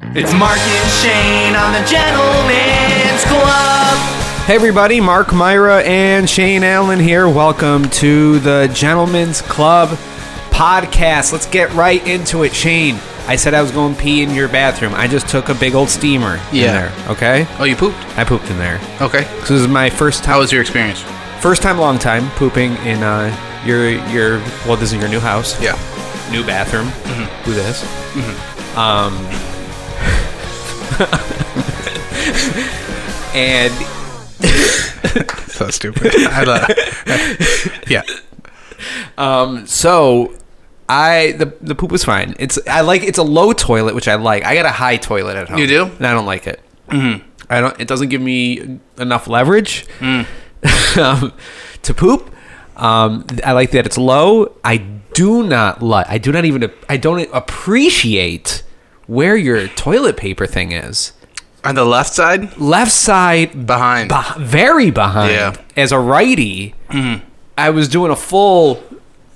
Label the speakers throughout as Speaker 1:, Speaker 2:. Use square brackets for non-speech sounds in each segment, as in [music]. Speaker 1: It's Mark and Shane on the Gentleman's Club.
Speaker 2: Hey everybody, Mark Myra and Shane Allen here. Welcome to the Gentlemen's Club podcast. Let's get right into it, Shane. I said I was going pee in your bathroom. I just took a big old steamer
Speaker 3: Yeah.
Speaker 2: in there. Okay,
Speaker 3: Oh, you pooped.
Speaker 2: I pooped in there.
Speaker 3: Okay.
Speaker 2: This is my first time,
Speaker 3: How was your experience?
Speaker 2: first time, long time pooping in uh, your your well, this is your new house,
Speaker 3: Yeah.
Speaker 2: new bathroom.
Speaker 3: Mm-hmm.
Speaker 2: Do this. Um, [laughs] and
Speaker 3: So [laughs] stupid. I thought- yeah.
Speaker 2: So I the the poop was fine. It's I like it's a low toilet which I like. I got a high toilet at home.
Speaker 3: You do? Mm.
Speaker 2: And I don't like it.
Speaker 3: Hmm.
Speaker 2: I don't. It doesn't give me enough leverage
Speaker 3: Mm.
Speaker 2: [laughs] um, to poop. Um, I like that it's low. I do not like. I do not even. ap- I don't appreciate where your toilet paper thing is.
Speaker 3: On the left side,
Speaker 2: Left side
Speaker 3: behind.
Speaker 2: beh- very behind
Speaker 3: Yeah.
Speaker 2: as a righty i was doing a full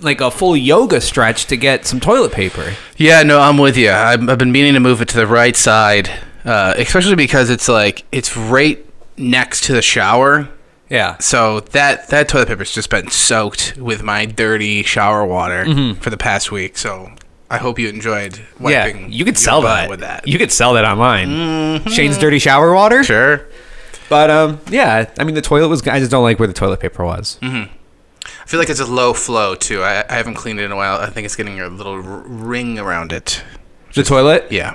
Speaker 2: like a full yoga stretch to get some toilet paper
Speaker 3: Yeah, no, I'm with you. I'm, I've been meaning to move it to the right side, uh, especially because it's like it's right next to the shower.
Speaker 2: yeah
Speaker 3: So that that toilet paper's just been soaked with my dirty shower water for the past week. So I hope you enjoyed wiping.
Speaker 2: yeah you could
Speaker 3: your
Speaker 2: sell
Speaker 3: butt
Speaker 2: that
Speaker 3: with that. Mm-hmm.
Speaker 2: you could sell that online shane's dirty shower water
Speaker 3: sure.
Speaker 2: but um yeah i mean the toilet was i just don't like where the toilet paper was
Speaker 3: Mm-hmm. I feel like it's a low flow too. I, I haven't cleaned it in a while. I think it's getting a little r- ring around it.
Speaker 2: the toilet
Speaker 3: Yeah.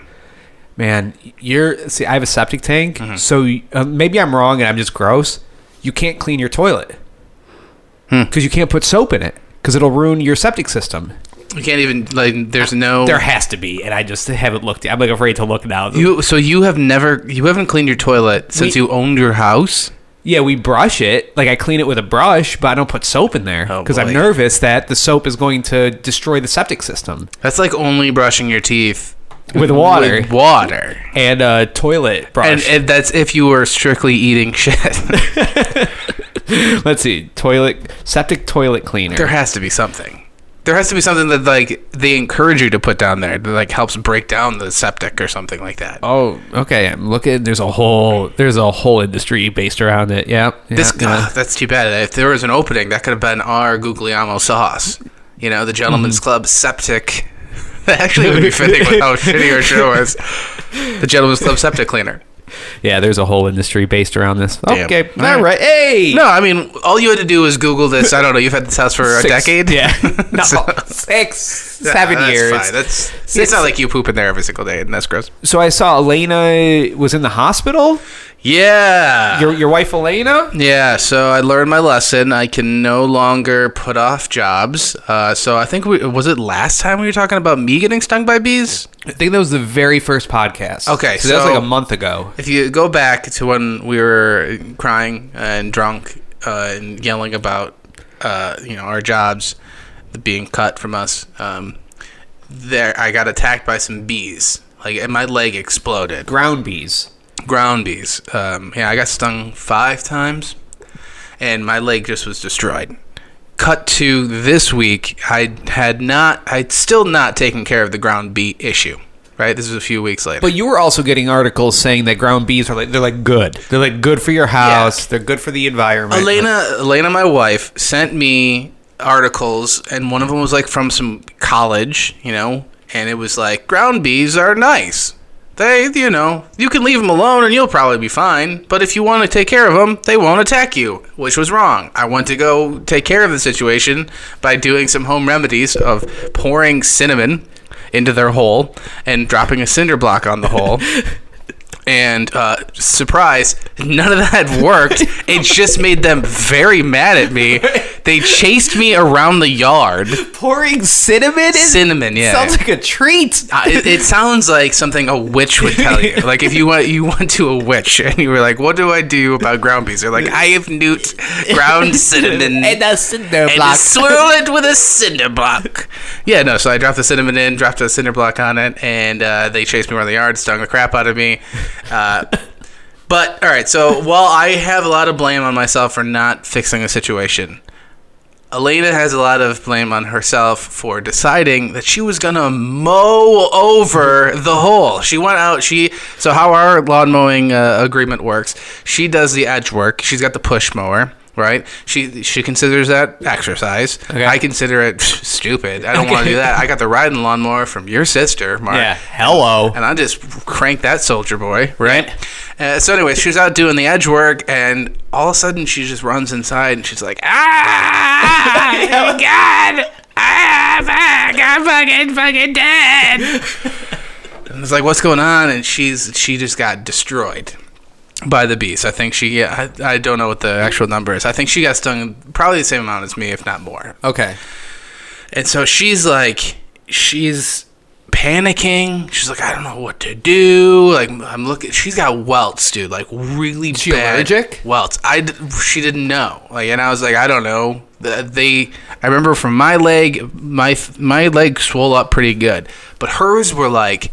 Speaker 2: man you're see i have a septic tank
Speaker 3: Mm-hmm.
Speaker 2: so uh, maybe i'm wrong and i'm just gross you can't clean your toilet
Speaker 3: Hmm.
Speaker 2: because you can't put soap in it because it'll ruin your septic system
Speaker 3: You can't even like. There's no.
Speaker 2: There has to be, and I just haven't looked. I'm like afraid to look now.
Speaker 3: you so you have never you haven't cleaned your toilet since
Speaker 2: We-
Speaker 3: you owned your house.
Speaker 2: yeah, we brush it. Like I clean it with a brush, but I don't put soap in there
Speaker 3: Oh,
Speaker 2: because I'm
Speaker 3: boy.
Speaker 2: nervous that the soap is going to destroy the septic system.
Speaker 3: That's like only brushing your teeth
Speaker 2: With water.
Speaker 3: With water.
Speaker 2: And a toilet brush.
Speaker 3: And, and that's if you were strictly eating [laughs] shit.
Speaker 2: Let's see, toilet septic toilet cleaner.
Speaker 3: there has to be something. There has to be something that like they encourage you to put down there that like helps break down the septic or something like that.
Speaker 2: oh, okay. I'm looking. There's a whole there's a whole industry based around it. Yeah. yeah, Uh,
Speaker 3: This
Speaker 2: yeah.
Speaker 3: ugh, [laughs] that's too bad. If there was an opening, that could have been our Guglielmo sauce. You know, the Gentleman's
Speaker 2: Mm-hmm.
Speaker 3: Club septic. [laughs] That actually would be fitting with
Speaker 2: [laughs]
Speaker 3: how shitty our show is. The Gentleman's Club septic cleaner.
Speaker 2: Yeah, there's a whole industry based around this.
Speaker 3: Damn.
Speaker 2: Okay.
Speaker 3: All
Speaker 2: All
Speaker 3: right.
Speaker 2: right. Hey.
Speaker 3: No, I mean, all you had to do was Google this. I don't know. You've had this house for a
Speaker 2: Six- [laughs]
Speaker 3: decade. [laughs]
Speaker 2: Yeah. no,
Speaker 3: So-
Speaker 2: six, seven
Speaker 3: that's
Speaker 2: years.
Speaker 3: Fine. That's
Speaker 2: Six-
Speaker 3: it's not like you poop in there every single day, and that's gross.
Speaker 2: So I saw Elena was in the hospital.
Speaker 3: Yeah.
Speaker 2: Your your wife Elena?
Speaker 3: Yeah, so I learned my lesson. I can no longer put off jobs. Uh, so I think we was it last time we were talking about me getting stung by bees.
Speaker 2: I think that was the very first podcast.
Speaker 3: Okay,
Speaker 2: so, that was
Speaker 3: so-
Speaker 2: like a month ago.
Speaker 3: If you go back to when we were crying and drunk uh, and yelling about uh, you know our jobs being cut from us, um, there I got attacked by some bees. Like and my leg exploded.
Speaker 2: Ground bees.
Speaker 3: ground bees. Um, yeah, I got stung five times, and my leg just was destroyed. Cut to this week, I had not, I'd still not taken care of the ground bee issue. Right, this was a few weeks later.
Speaker 2: But you were also getting articles saying that ground bees are like they're like good. They're like good for your house. They're good for the environment.
Speaker 3: Elena, Elena, my wife, sent me articles, and one of them was like from some college, you know, and it was like ground bees are nice. They, you know, you can leave them alone and you'll probably be fine. But if you want to take care of them, they won't attack you, which was wrong. I went to go take care of the situation by doing some home remedies of pouring cinnamon into their hole and dropping a cinder block on the hole. And uh, surprise, none of that worked. it just made them very mad at me. They chased me around the yard.
Speaker 2: [laughs] pouring cinnamon is
Speaker 3: Cinnamon, yeah.
Speaker 2: sounds like a treat.
Speaker 3: Uh, it, it sounds like something a witch would tell you. Like if you went you went to a witch and you were like, "What do I do about ground bees?" They're like, "I have newt ground cinnamon
Speaker 2: and a cinder
Speaker 3: and
Speaker 2: block.
Speaker 3: swirl [laughs] it with a cinder block. Yeah, no. So I dropped the cinnamon in, dropped a cinder block on it, and uh, they chased me around the yard, stung the crap out of me. [laughs] Uh, but all right, so while I have a lot of blame on myself for not fixing the situation, Elena has a lot of blame on herself for deciding that she was gonna mow over the hole. She went out. She so how our lawn mowing uh, agreement works. She does the edge work. She's got the push mower, right? She she considers that exercise.
Speaker 2: Okay.
Speaker 3: I consider it [laughs] stupid. I don't want to
Speaker 2: Okay.
Speaker 3: do that. I got the riding lawnmower from your sister, Mark
Speaker 2: Yeah. Hello.
Speaker 3: and I just cranked that soldier boy, right? Uh, so anyway, she was out doing the edge work, and all of a sudden she just runs inside, and she's like, "Ah, oh God, ah, fuck, I'm fucking, fucking dead." and it's like, "What's going on?" And she's she just got destroyed by the beast. I think she, yeah, I, I don't know what the actual number is. I think she got stung probably the same amount as me, if not more.
Speaker 2: Okay.
Speaker 3: And so she's like, she's panicking. She's like, I don't know what to do. Like, I'm looking. She's got welts, dude. Like, really
Speaker 2: she
Speaker 3: bad
Speaker 2: allergic?
Speaker 3: welts. I d- she didn't know. Like, and I was like, I don't know. Th- They, I remember from my leg, my f- my leg swole up pretty good, but hers were like,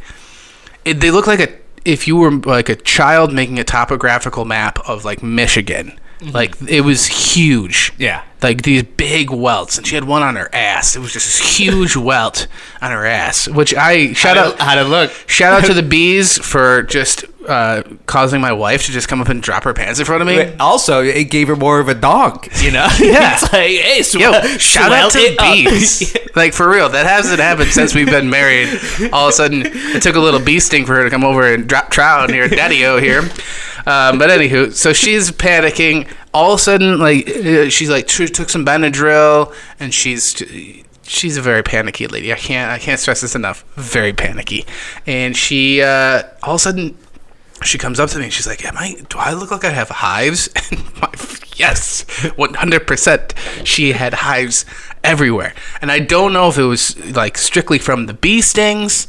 Speaker 3: it, they look like a if you were like a child making a topographical map of like Michigan. Like it was huge
Speaker 2: Mm-hmm. Yeah.
Speaker 3: like these big welts, and she had one on her ass. It was just this huge [laughs] welt on her ass, which I shout out.
Speaker 2: How did it look?
Speaker 3: Shout out to the bees for just uh, causing my wife to just come up and drop her pants in front of me.
Speaker 2: But also, it gave her more of a dog. You [laughs] know.
Speaker 3: [laughs] Yeah.
Speaker 2: it's like, hey, sw-
Speaker 3: Yo, shout out to
Speaker 2: swell
Speaker 3: the
Speaker 2: it up. [laughs]
Speaker 3: bees. like for real, that hasn't happened since we've been married. All of a sudden, it took a little bee sting for her to come over and drop trout
Speaker 2: [laughs]
Speaker 3: near Daddy-O here. Um, but anywho, so she's panicking. All of a sudden, like uh, she's like she took some Benadryl, and she's she's a very panicky lady. I can't I can't stress this enough. Very panicky, and she uh, all of a sudden she comes up to me and she's like, "Am I? Do I look like I have hives?" [laughs] And my, yes, one hundred percent. She had hives everywhere, and I don't know if it was like strictly from the bee stings,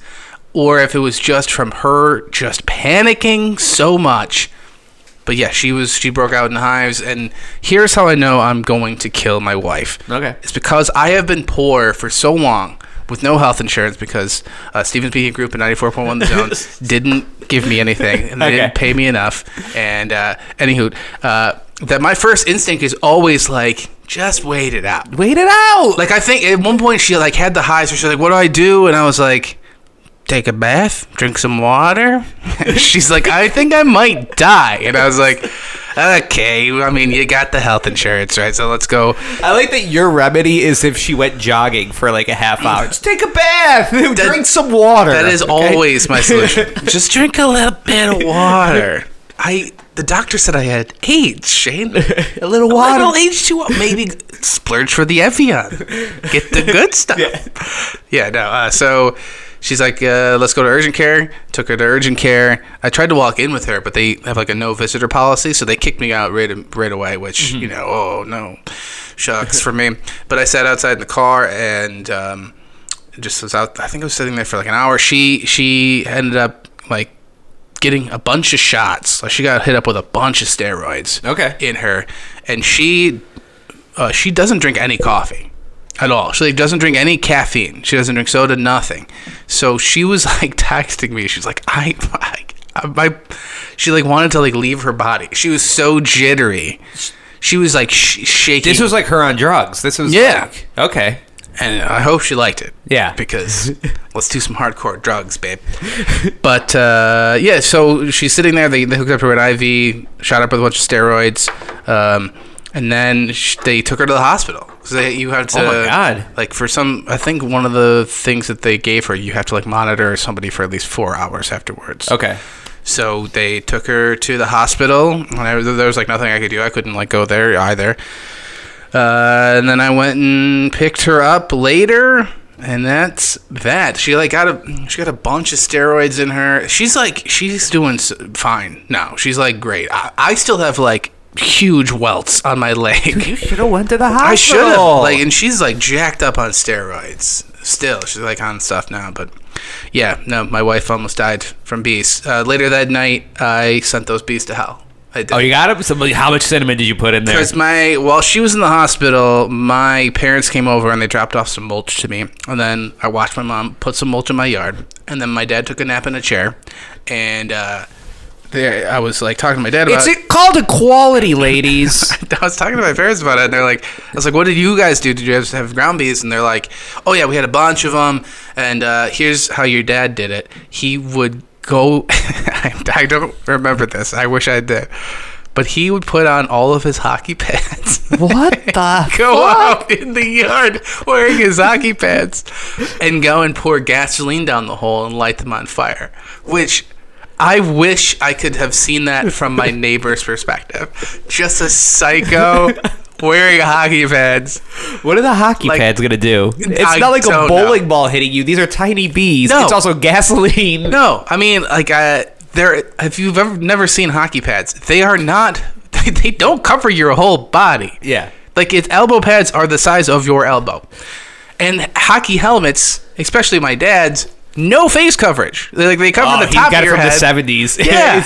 Speaker 3: or if it was just from her just panicking so much. But yeah, she was she broke out in hives, and here's how I know I'm going to kill my wife.
Speaker 2: Okay.
Speaker 3: It's because I have been poor for so long with no health insurance because uh, Stevens Speaking Group and 94.1 The Zone didn't give me anything and they didn't
Speaker 2: Okay.
Speaker 3: pay me enough. And uh, anywho, uh, that my first instinct is always like, just wait it out.
Speaker 2: Wait it out.
Speaker 3: Like I think at one point she like had the highs, so she's like, "What do I do?" And I was like, "Take a bath, drink some water." [laughs] she's like, "I think I might die," and I was like, "Okay, I mean, you got the health insurance, right? So let's go."
Speaker 2: I like that your remedy is if she went jogging for like a half hour. Just take a bath, [laughs] drink some water.
Speaker 3: That is
Speaker 2: okay?
Speaker 3: always [laughs] my solution. Just drink a little bit of water. I the doctor said I had AIDS, Shane. [laughs]
Speaker 2: a little
Speaker 3: Why
Speaker 2: water.
Speaker 3: don't age two up? Maybe splurge for the Evian. Get the good stuff. [laughs] Yeah, no. Uh, so she's like, uh, let's go to urgent care. Took her to urgent care. I tried to walk in with her, but they have like a no visitor policy, so they kicked me out right, right away, which, you know, oh no. Shucks for me. But I sat outside in the car and. Um, just was out. I think I was sitting there for like an hour. She she ended up like getting a bunch of shots. Like she got hit up with a bunch of steroids.
Speaker 2: Okay.
Speaker 3: In her, and she uh, she doesn't drink any coffee at all. She like, doesn't drink any caffeine. She doesn't drink soda. Nothing. So she was [laughs] like texting me. She's like I. I I- my, she like wanted to like leave her body. She was so jittery. She was like sh- shaking.
Speaker 2: This was like her on drugs. This was
Speaker 3: Yeah.
Speaker 2: like- okay.
Speaker 3: and I hope she liked it.
Speaker 2: Yeah. [laughs]
Speaker 3: Because let's do some hardcore drugs, babe. But uh, yeah, so she's sitting there. They, they hooked up to her an IV, shot up with a bunch of steroids, um, and then sh- they took her to the hospital. 'Cause they, you have to,
Speaker 2: Oh my God.
Speaker 3: Like for some, I think one of the things that they gave her, you have to like monitor somebody for at least four hours afterwards.
Speaker 2: Okay.
Speaker 3: So they took her to the hospital, and I, there was like nothing I could do. I couldn't like go there either. Uh, and then I went and picked her up later, and that's that. She like got a she got a bunch of steroids in her. She's like she's doing s- fine now. She's like great. I, I still have like huge welts on my leg.
Speaker 2: Should have went to the hospital.
Speaker 3: I should have. Like, and she's like jacked up on steroids. Still, she's like on stuff now. But yeah, no, my wife almost died from bees. Uh, later that night, I sent those bees to hell. I did.
Speaker 2: oh, you got him. So, like, how much cinnamon did you put in there?
Speaker 3: Because my while she was in the hospital, my parents came over and they dropped off some mulch to me, and then I watched my mom put some mulch in my yard, and then my dad took a nap in a chair, and uh, they, I was like talking to my dad about
Speaker 2: It's a, called equality,
Speaker 3: [laughs]
Speaker 2: ladies.
Speaker 3: I was talking to my parents about it, and they're like, "I was like, what did you guys do? Did you guys have ground bees?" And they're like, "Oh yeah, we had a bunch of them, and uh, here's how your dad did it. He would go. [laughs] I, I don't remember this. I wish I did, but he would put on all of his hockey [laughs] pads."
Speaker 2: what
Speaker 3: [laughs]
Speaker 2: the?
Speaker 3: go out [laughs] in the yard wearing his hockey pads and go and pour gasoline down the hole and light them on fire. Which I wish I could have seen that from my neighbor's perspective. Just a psycho wearing hockey pads.
Speaker 2: What are the hockey pads gonna do? It's
Speaker 3: I
Speaker 2: not like a
Speaker 3: don't
Speaker 2: bowling ball hitting you. These are tiny bees.
Speaker 3: No.
Speaker 2: It's also gasoline.
Speaker 3: No, I mean like uh there if you've ever never seen hockey pads, they are not [laughs] they, they don't cover your whole body.
Speaker 2: Yeah.
Speaker 3: Like its elbow pads are the size of your elbow. And hockey helmets, especially my dad's, no face coverage. They like they cover
Speaker 2: Oh,
Speaker 3: the
Speaker 2: he
Speaker 3: top
Speaker 2: got
Speaker 3: of
Speaker 2: it
Speaker 3: your
Speaker 2: from the
Speaker 3: head.
Speaker 2: seventies. [laughs]
Speaker 3: [laughs] Yeah.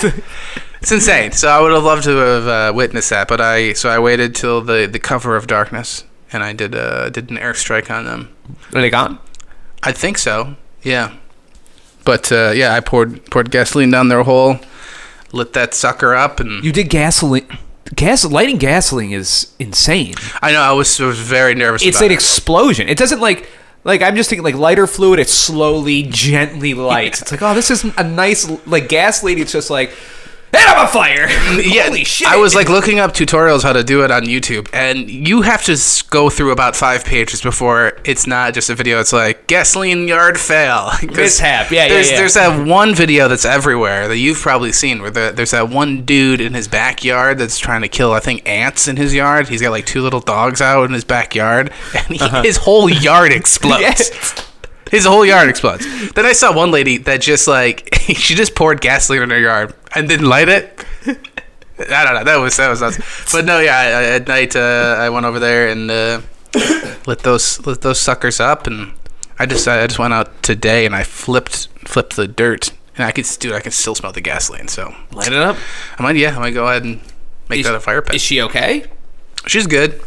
Speaker 3: it's insane. So I would have loved to have uh, witnessed that, but I so I waited till the the cover of darkness and I did uh did an airstrike on them.
Speaker 2: are they gone?
Speaker 3: I think so. Yeah. But uh, yeah, I poured poured gasoline down their hole, lit that sucker up, and
Speaker 2: You did gasoline. Gas lighting gasoline is insane.
Speaker 3: I know I was, I was very nervous.
Speaker 2: It's
Speaker 3: about
Speaker 2: an
Speaker 3: it.
Speaker 2: explosion. It doesn't like like I'm just thinking like lighter fluid. It slowly, gently lights. It's like oh, this is a nice like gasoline. It's just like and I'm on fire.
Speaker 3: Mm, yeah,
Speaker 2: Holy shit!
Speaker 3: I was like looking up tutorials how to do it on YouTube, and you have to s- go through about five pages before it's not just a video. It's like gasoline yard fail [laughs] 'Cause
Speaker 2: Mishap. Yeah, yeah,
Speaker 3: There's,
Speaker 2: yeah.
Speaker 3: there's that one video that's everywhere that you've probably seen where the, there's that one dude in his backyard that's trying to kill I think ants in his yard. He's got like two little dogs out in his backyard, [laughs] and he, his
Speaker 2: [laughs]
Speaker 3: whole yard explodes.
Speaker 2: Uh-huh. Yes.
Speaker 3: His whole yard explodes. Then I saw one lady that just like [laughs] she just poured gasoline on her yard and didn't light it. I don't know. That was that was nuts. But no, yeah. I, I, at night, uh, I went over there and uh, lit those lit those suckers up, and I just I just went out today and I flipped flipped the dirt, and I could s- dude, I can still smell the gasoline. So
Speaker 2: light it up.
Speaker 3: I might yeah, I might go ahead and make that a fire
Speaker 2: Is
Speaker 3: pit.
Speaker 2: she okay?
Speaker 3: She's good.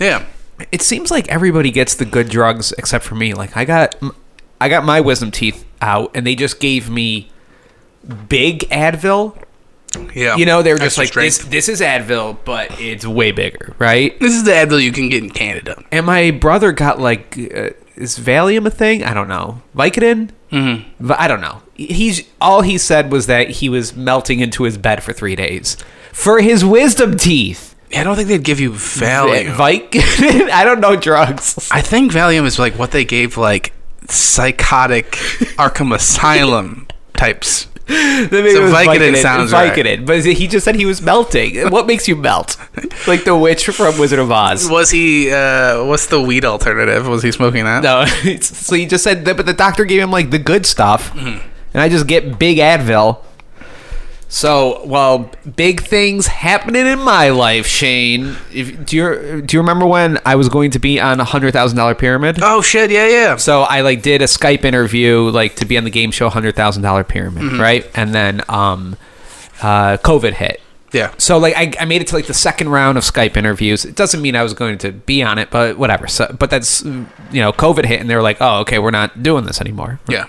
Speaker 3: Yeah.
Speaker 2: It seems like everybody gets the good drugs except for me. Like I got I got my wisdom teeth out, and they just gave me big Advil.
Speaker 3: Yeah.
Speaker 2: You know, they were just
Speaker 3: Oh, Extra
Speaker 2: like
Speaker 3: strength.
Speaker 2: this. This is Advil, but it's way bigger, right?
Speaker 3: This is the Advil you can get in Canada.
Speaker 2: And my brother got like uh, is Valium a thing? I don't know. Vicodin? Mm-hmm. But I don't know. He's all he said was that he was melting into his bed for three days for his wisdom teeth. Eh,
Speaker 3: I don't think they'd give you Valium.
Speaker 2: Vicodin? [laughs] I don't know drugs. [laughs]
Speaker 3: I think Valium is like what they gave like psychotic
Speaker 2: [laughs]
Speaker 3: Arkham Asylum types.
Speaker 2: Maybe
Speaker 3: So
Speaker 2: it was
Speaker 3: Vicodin sounds right.
Speaker 2: Vicodin, but he just said he was melting. what makes you
Speaker 3: [laughs]
Speaker 2: melt? Like the witch from Wizard of Oz.
Speaker 3: Was he? Uh, what's the weed alternative? Was he smoking that?
Speaker 2: No, [laughs] so he just said that, but the doctor gave him like the good stuff, and I just get big Advil. So, well, big things happening in my life, Shane. If, do you do you remember when I was going to be on a hundred thousand dollar pyramid?
Speaker 3: Oh shit! Yeah, yeah.
Speaker 2: So I like did a Skype interview like to be on the game show hundred thousand dollar pyramid,
Speaker 3: Mm-hmm.
Speaker 2: right? And then um, uh, COVID hit.
Speaker 3: Yeah.
Speaker 2: So like I, I made it to like the second round of Skype interviews. It doesn't mean I was going to be on it, but whatever. So but that's you know COVID hit and they were like, oh okay, we're not doing this anymore.
Speaker 3: Yeah.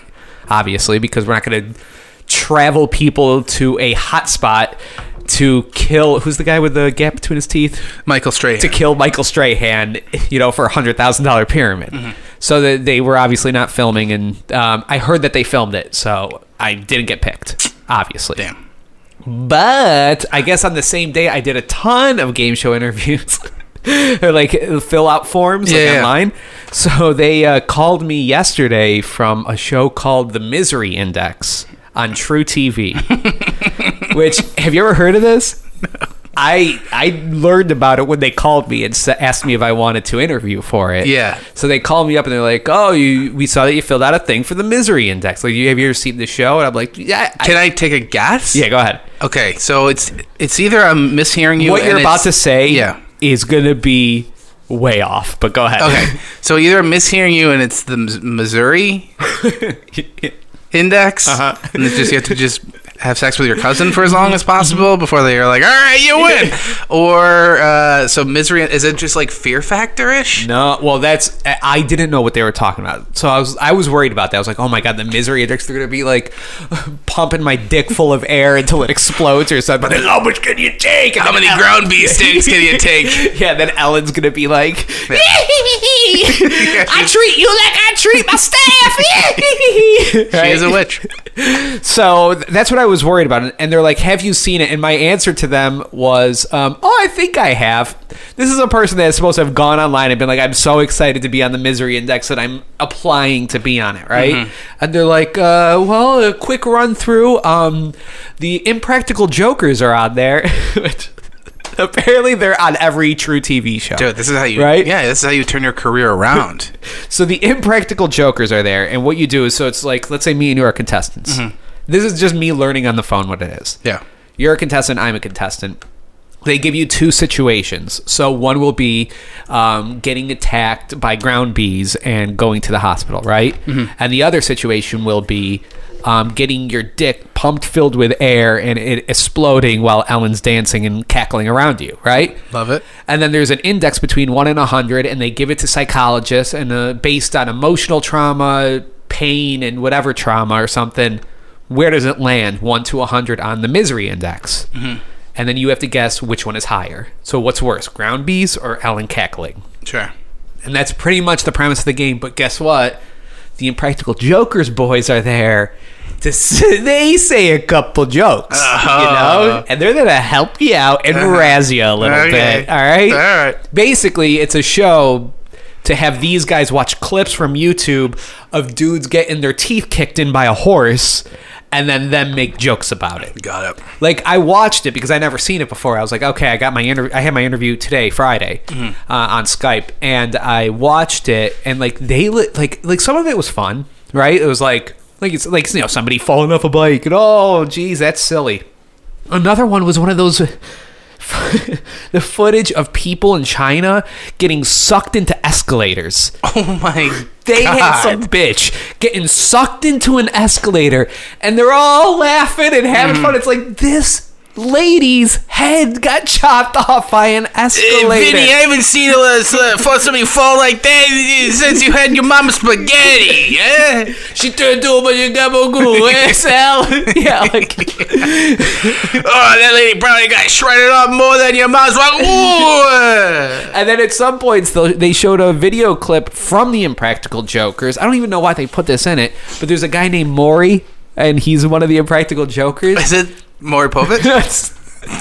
Speaker 2: Obviously because we're not going to travel people to a hotspot to kill. Who's the guy with the gap between his teeth?
Speaker 3: Michael Strahan.
Speaker 2: to kill Michael Strahan, you know, for a hundred thousand dollar pyramid.
Speaker 3: Mm-hmm.
Speaker 2: So that they were obviously not filming, and um, I heard that they filmed it, so I didn't get picked, obviously.
Speaker 3: Damn.
Speaker 2: But I guess on the same day, I did a ton of game show interviews. [laughs] or like fill out forms like
Speaker 3: Yeah, yeah.
Speaker 2: online. So they uh, called me yesterday from a show called The Misery Index on True TV. which have you ever heard of
Speaker 3: [laughs]
Speaker 2: this? I I learned about it when they called me and s- asked me if I wanted to interview for it.
Speaker 3: Yeah.
Speaker 2: So they called me up and they're like, "Oh, you we saw that you filled out a thing for the Misery Index. Like, you have you ever seen the show?" And I'm like, "Yeah, I,
Speaker 3: Can I take a guess?
Speaker 2: yeah, go ahead."
Speaker 3: Okay, so it's it's either I'm mishearing you.
Speaker 2: what
Speaker 3: and
Speaker 2: you're about to
Speaker 3: it's-
Speaker 2: say
Speaker 3: Yeah.
Speaker 2: is going to be way off, but go ahead.
Speaker 3: Okay, so either I'm mishearing you and it's
Speaker 2: [laughs] Uh-huh.
Speaker 3: the Mis- Missouri index, and it's just you have to just have sex with your cousin for as long as possible before they are like, all right, you win.
Speaker 2: [laughs]
Speaker 3: or uh, so misery is it just like Fear Factor ish?
Speaker 2: No, well, that's I- I didn't know what they were talking about, so I was I was worried about that. I was like, oh my god, the misery addicts they're gonna be like [laughs] pumping my dick full of air until it explodes or something. But then, how much can you take?
Speaker 3: How many ground beef steaks can
Speaker 2: [laughs]
Speaker 3: you take?
Speaker 2: yeah, then Ellen's gonna be like, [laughs]
Speaker 3: [laughs]
Speaker 2: I treat you like I treat my staff. [laughs]
Speaker 3: She is a witch.
Speaker 2: So th- that's what I was worried about. And they're like, Have you seen it? And my answer to them was, um, Oh, I think I have. This is a person that is supposed to have gone online and been like, I'm so excited to be on the misery index that I'm applying to be on it, right? And they're like, uh, Well, a quick run through. Um, the impractical jokers are on there. [laughs] which Apparently, they're on every true TV show.
Speaker 3: Dude, this is how you
Speaker 2: Right?
Speaker 3: Yeah, this is how you turn your career
Speaker 2: [laughs]
Speaker 3: around.
Speaker 2: So the impractical jokers are there, and what you do is so it's like let's say me and you are contestants. This is just me learning on the phone what it is.
Speaker 3: Yeah.
Speaker 2: You're a contestant, I'm a contestant. They give you two situations. So one will be um, getting attacked by ground bees and going to the hospital, right? And the other situation will be um, getting your dick pumped filled with air and it exploding while Ellen's dancing and cackling around you, right?
Speaker 3: Love it.
Speaker 2: And then there's an index between one and a hundred, and they give it to psychologists, and uh, based on emotional trauma, pain, and whatever trauma or something, where does it land? One to a hundred on the misery index,
Speaker 3: Mm-hmm.
Speaker 2: and then you have to guess which one is higher. So what's worse, ground bees or Alan cackling?
Speaker 3: Sure.
Speaker 2: And that's pretty much the premise of the game. But guess what? The Impractical Jokers boys are there. To s- [laughs] they say a couple jokes, you know, and they're gonna help you out and razz you a little
Speaker 3: Okay.
Speaker 2: bit. All right,
Speaker 3: All right.
Speaker 2: Basically, it's a show to have these guys watch clips from YouTube of dudes getting their teeth kicked in by a horse, and then them make jokes about it
Speaker 3: Got
Speaker 2: [laughs]
Speaker 3: it.
Speaker 2: like I watched it because I never seen it before. I was like, okay, I got my interview. I had my interview today, Friday, uh, on Skype, and I watched it, and like they li- like like some of it was fun, right? It was like like it's like you know somebody falling off a bike, and oh, geez, that's silly. Another one was one of those. [laughs] the footage of people in China getting sucked into escalators.
Speaker 3: Oh my
Speaker 2: They had
Speaker 3: God.
Speaker 2: some bitch getting sucked into an escalator, and they're all laughing and having fun. It's like this lady's head got chopped off by an
Speaker 3: Hey,
Speaker 2: escalator.
Speaker 3: Vinny, eh? I haven't seen a uh, fall somebody fall like that since you had your mama's spaghetti. [laughs] Yeah,
Speaker 2: she turned to him and gabagoo, [laughs] SL. yeah, like
Speaker 3: oh, that lady probably got shredded up more than your mom's. Like, ooh,
Speaker 2: And then at some points, they'll- they showed a video clip from the Impractical Jokers. I don't even know why they put this in it, but there's a guy named Maury, and he's one of the Impractical Jokers. [laughs]
Speaker 3: [laughs] is it Maury [laughs] Povich?
Speaker 2: That's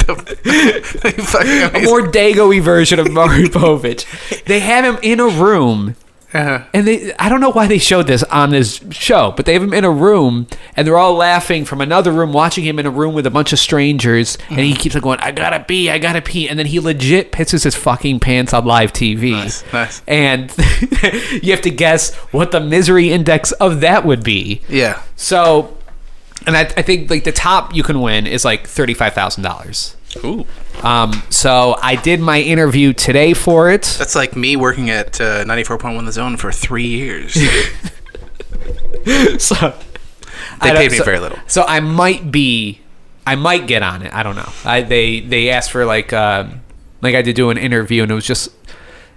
Speaker 3: Fucking
Speaker 2: a
Speaker 3: [laughs] amazing.
Speaker 2: more Dago-y version
Speaker 3: [laughs]
Speaker 2: of Maury Povich. They have him in a room.
Speaker 3: Uh-huh.
Speaker 2: And they, I don't know why they showed this on this show, but they have him in a room, and they're all laughing from another room, watching him in a room with a bunch of strangers, and
Speaker 3: Mm-hmm.
Speaker 2: he keeps on going, "I gotta pee, I gotta pee," and then he legit pisses his fucking pants on live TV.
Speaker 3: Nice, nice.
Speaker 2: And [laughs] you have to guess what the misery index of that would be.
Speaker 3: yeah,
Speaker 2: So, and I, I think like the top you can win is like thirty five thousand dollars.
Speaker 3: ooh,
Speaker 2: Um, so I did my interview today for
Speaker 3: [laughs]
Speaker 2: it.
Speaker 3: that's like me working at uh, ninety four point one the zone for three [laughs] years.
Speaker 2: So
Speaker 3: They
Speaker 2: I don't-
Speaker 3: paid me
Speaker 2: so-
Speaker 3: very little.
Speaker 2: So I might be, I might get on it. I don't know. I they they asked for like um like I had to do an interview and it was just.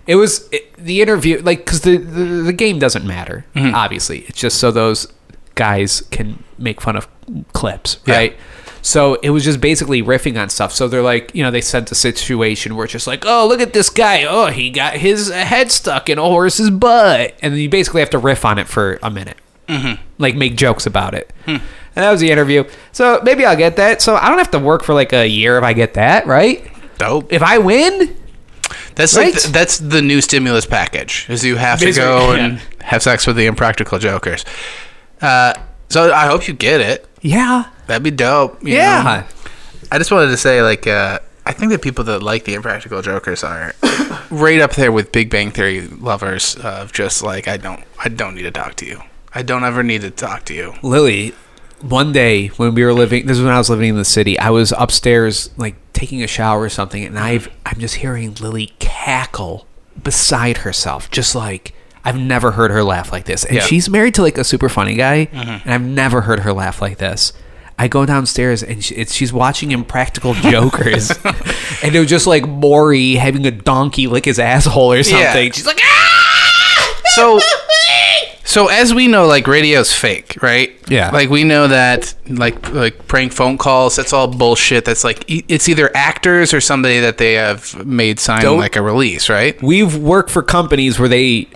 Speaker 2: It was it, the interview, like, because the, the the game doesn't matter. Obviously, it's just so those guys can make fun of clips,
Speaker 3: Yeah.
Speaker 2: right? So it was just basically riffing on stuff. So they're like, you know, they sent a situation where it's just like, oh, look at this guy. Oh, he got his head stuck in a horse's butt. And then you basically have to riff on it for a minute, mm-hmm. like make jokes about it.
Speaker 3: Hmm.
Speaker 2: And that was the interview. So maybe I'll get that. So I don't have to work for like a year if I get that, right?
Speaker 3: Dope.
Speaker 2: If I win,
Speaker 3: That's
Speaker 2: Right?
Speaker 3: like th- that's the new stimulus package. Is you have to
Speaker 2: Basically,
Speaker 3: go
Speaker 2: yeah.
Speaker 3: and have sex with the impractical jokers. Uh, so I hope you get it.
Speaker 2: yeah.
Speaker 3: That'd be dope. you know?
Speaker 2: Yeah.
Speaker 3: I just wanted to say, like, uh, I think that people that like the Impractical Jokers are right up there with Big Bang Theory lovers of just like I don't, I don't need to talk to you. I don't ever need to talk to you.
Speaker 2: Lily, one day when we were living, this is when I was living in the city. I was upstairs, like taking a shower or something, and I've I'm just hearing Lily cackle beside herself, just like I've never heard her laugh like this. And
Speaker 3: Yeah.
Speaker 2: she's married to like a super funny guy, and I've never heard her laugh like this. I go downstairs and she, it's, she's watching Impractical Jokers, and it was just like Maury having a donkey lick his asshole or something. She's like,
Speaker 3: "Ah!" So, so as we know, like radio's fake, right?
Speaker 2: Yeah.
Speaker 3: Like we know that, like like prank phone calls, that's all bullshit. That's like e- it's either actors or somebody that they have made sign
Speaker 2: Don't-
Speaker 3: like a release, right?
Speaker 2: we've worked for companies where they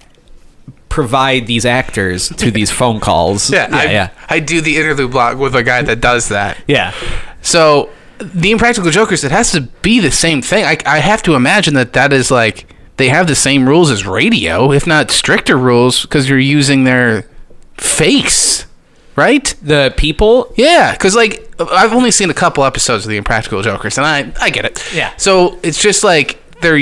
Speaker 2: provide these actors
Speaker 3: [laughs]
Speaker 2: to these phone calls.
Speaker 3: I,
Speaker 2: yeah, yeah.
Speaker 3: I do the interlude block with a guy that does that.
Speaker 2: yeah.
Speaker 3: So the Impractical Jokers, it has to be the same thing. I, I have to imagine that that is like they have the same rules as radio, if not stricter rules, because you're using their face, right?
Speaker 2: The people,
Speaker 3: Yeah, because like I've only seen a couple episodes of the Impractical Jokers, and I I get it.
Speaker 2: Yeah.
Speaker 3: So it's just like they're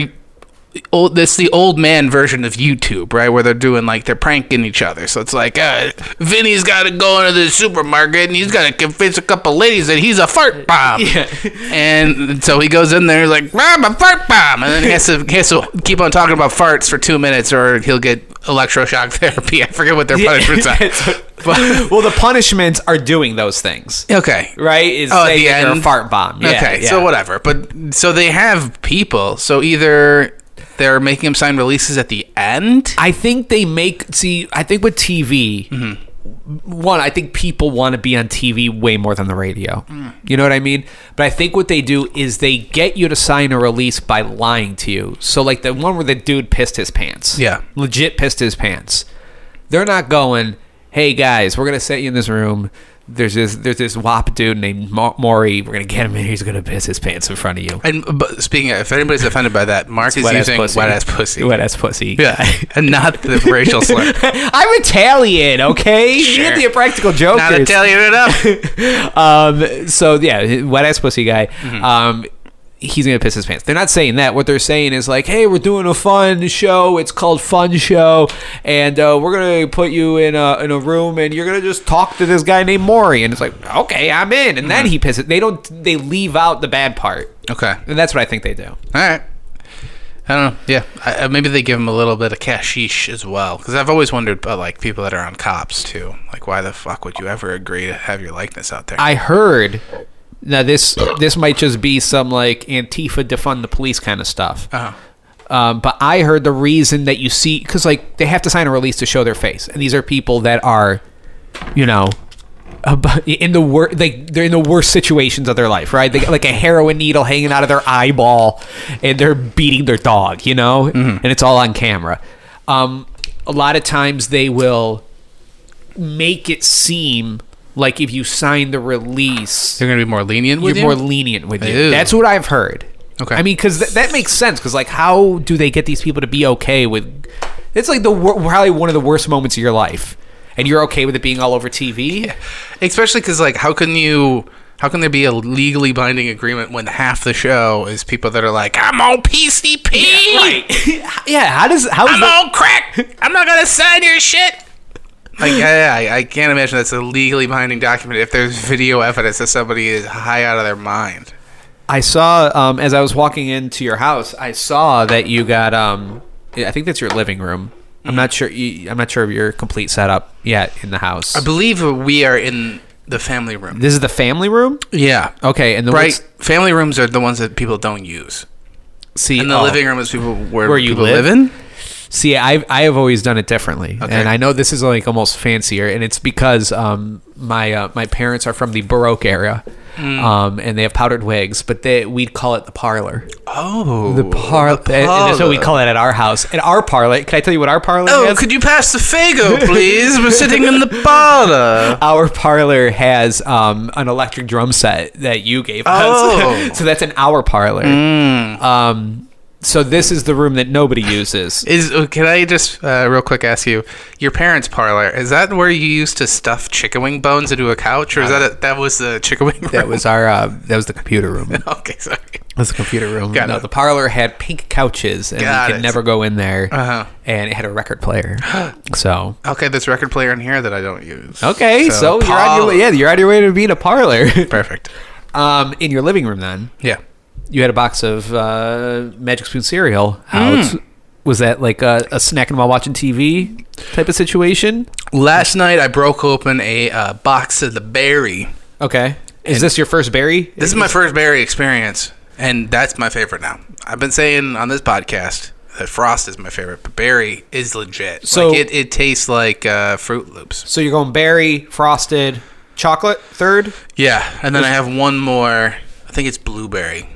Speaker 3: old. That's the old man version of YouTube, right? Where they're doing like they're pranking each other. So it's like uh, Vinny's got to go into the supermarket and he's got to convince a couple ladies that he's a fart bomb. Yeah. And so he goes in there like I'm a fart bomb, and then he has to he has to keep on talking about farts for two minutes, or he'll get electroshock [laughs] therapy. I forget what their
Speaker 2: [laughs]
Speaker 3: punishments are. But-
Speaker 2: well, the punishments are doing those things,
Speaker 3: okay.
Speaker 2: right? Is
Speaker 3: Oh, at
Speaker 2: saying
Speaker 3: the
Speaker 2: that you're a
Speaker 3: end?
Speaker 2: fart bomb. Yeah,
Speaker 3: okay,
Speaker 2: yeah.
Speaker 3: so whatever. But so they have people. So either they're making them sign releases at the end.
Speaker 2: I think they make see. I think with TV,
Speaker 3: Mm-hmm.
Speaker 2: one, I think people want to be on TV way more than the radio.
Speaker 3: Mm.
Speaker 2: You know what I mean? But I think what they do is they get you to sign a release by lying to you. So like the one where the dude pissed his pants.
Speaker 3: Yeah.
Speaker 2: legit pissed his pants. They're not going. Hey guys, we're gonna set you in this room. There's this there's this wop dude named Ma- Maury. We're gonna get him in. He's gonna piss his pants in front of you.
Speaker 3: And but speaking of, if anybody's offended by that, Mark is
Speaker 2: Wet-ass
Speaker 3: using wet ass pussy.
Speaker 2: Wet ass pussy.
Speaker 3: [laughs] Yeah, and not the racial [laughs] slur.
Speaker 2: I'm Italian,
Speaker 3: [laughs]
Speaker 2: okay?
Speaker 3: Sure.
Speaker 2: You're the impractical
Speaker 3: Not
Speaker 2: jokers.
Speaker 3: Italian it [laughs] up.
Speaker 2: um, so yeah, wet ass pussy guy.
Speaker 3: Mm-hmm.
Speaker 2: Um, he's gonna piss his pants. They're not saying that. What they're saying is like, hey, we're doing a fun show. It's called Fun Show, and uh, we're gonna put you in a in a room, and you're gonna just talk to this guy named Maury. And it's like, okay, I'm in. And then
Speaker 3: Mm-hmm.
Speaker 2: he pisses. They don't. They leave out the bad part,
Speaker 3: Okay, all
Speaker 2: and that's what I think they do.
Speaker 3: right. I don't know. Yeah, I, I- maybe they give him a little bit of cashish as well, because I've always wondered about like people that are on cops too. Like, why the fuck would you ever agree to have your likeness out there?
Speaker 2: I heard. Now this this might just be some like Antifa defund the police kind of stuff.
Speaker 3: Uh-huh.
Speaker 2: Um, but I heard the reason that you see because like they have to sign a release to show their face, and these are people that are, you know, ab- in the worst like they're in the worst situations of their life, right? They got like a heroin needle hanging out of their eyeball, and they're beating their dog, you know, and it's all on camera. Um, a lot of times they will make it seem like if you sign the release,
Speaker 3: They're gonna be more lenient
Speaker 2: you're
Speaker 3: with
Speaker 2: more
Speaker 3: you.
Speaker 2: lenient with you.
Speaker 3: Ew.
Speaker 2: That's what I've heard.
Speaker 3: Okay.
Speaker 2: I mean, because th- that makes sense. Because like, how do they get these people to be okay with? It's like the wor- probably one of the worst moments of your life, and you're okay with it being all over TV.
Speaker 3: especially because like how can you how can there be a legally binding agreement when half the show is people that are like i'm on pcp
Speaker 2: yeah. How does how is
Speaker 3: [laughs] i'm
Speaker 2: that-
Speaker 3: on crack i'm not gonna sign your shit like I, I, I can't imagine that's a legally binding document if there's video evidence that somebody is high out of their mind
Speaker 2: I saw um, as I was walking into your house, I saw that you got. Um, I think that's your living room.
Speaker 3: Mm-hmm.
Speaker 2: I'm not sure. You, I'm not sure of your complete setup yet in the house.
Speaker 3: i believe we are in the family room
Speaker 2: this is the family room.
Speaker 3: yeah
Speaker 2: Okay, and the
Speaker 3: right
Speaker 2: Oh, what's-
Speaker 3: family rooms are the ones that people don't use
Speaker 2: See,
Speaker 3: and the
Speaker 2: oh.
Speaker 3: living room is people where,
Speaker 2: Where you
Speaker 3: people
Speaker 2: live?
Speaker 3: live in
Speaker 2: See, I I have always done it differently, and I know this is like almost fancier, and it's because um my uh, my parents are from the Baroque era,
Speaker 3: Hmm.
Speaker 2: um and they have powdered wigs, but they we'd call it the parlor,
Speaker 3: oh
Speaker 2: the parlor, and that's what we call it at our house. At our parlor, can I tell you what our parlor
Speaker 3: Oh,
Speaker 2: is?
Speaker 3: could you pass the Fago, please? We're sitting in the
Speaker 2: [laughs]
Speaker 3: parlor.
Speaker 2: our parlor has um, an electric drum set that you gave
Speaker 3: Oh. Hmm.
Speaker 2: us, [laughs] so that's an hour parlor. Um, so this is the room that nobody
Speaker 3: [laughs]
Speaker 2: uses.
Speaker 3: Is uh, can I just uh, real quick ask you, your parents' parlor is that where you used to stuff chicken wing bones into a couch, or is that a, that was the chicken wing? Room?
Speaker 2: That was our uh, that was the computer room.
Speaker 3: [laughs] okay. Sorry.
Speaker 2: That's the computer room.
Speaker 3: Got
Speaker 2: no,
Speaker 3: it.
Speaker 2: the parlor had pink couches, and
Speaker 3: Got
Speaker 2: we could
Speaker 3: it.
Speaker 2: never go in there.
Speaker 3: Uh-huh.
Speaker 2: And it had a record [gasps] player. so
Speaker 3: Okay, this record player in here that I don't use.
Speaker 2: okay, so, you're on your way. Yeah, you're on your way to being a parlor. [laughs]
Speaker 3: Perfect.
Speaker 2: um, in your living room, then
Speaker 3: Yeah.
Speaker 2: you had a box of uh, Magic Spoon cereal. How it's- was that like a, a snacking while watching TV type of situation?
Speaker 3: Last night I broke open a uh, box of the berry.
Speaker 2: Okay. Is this your first berry?
Speaker 3: This is my first berry experience, and that's my favorite now. I've been saying on this podcast that frost is my favorite, but berry is legit.
Speaker 2: So-
Speaker 3: like it, it tastes like uh, Fruit Loops.
Speaker 2: So you're going berry, frosted, chocolate, third.
Speaker 3: Yeah, and then I have one more. I think it's blueberry.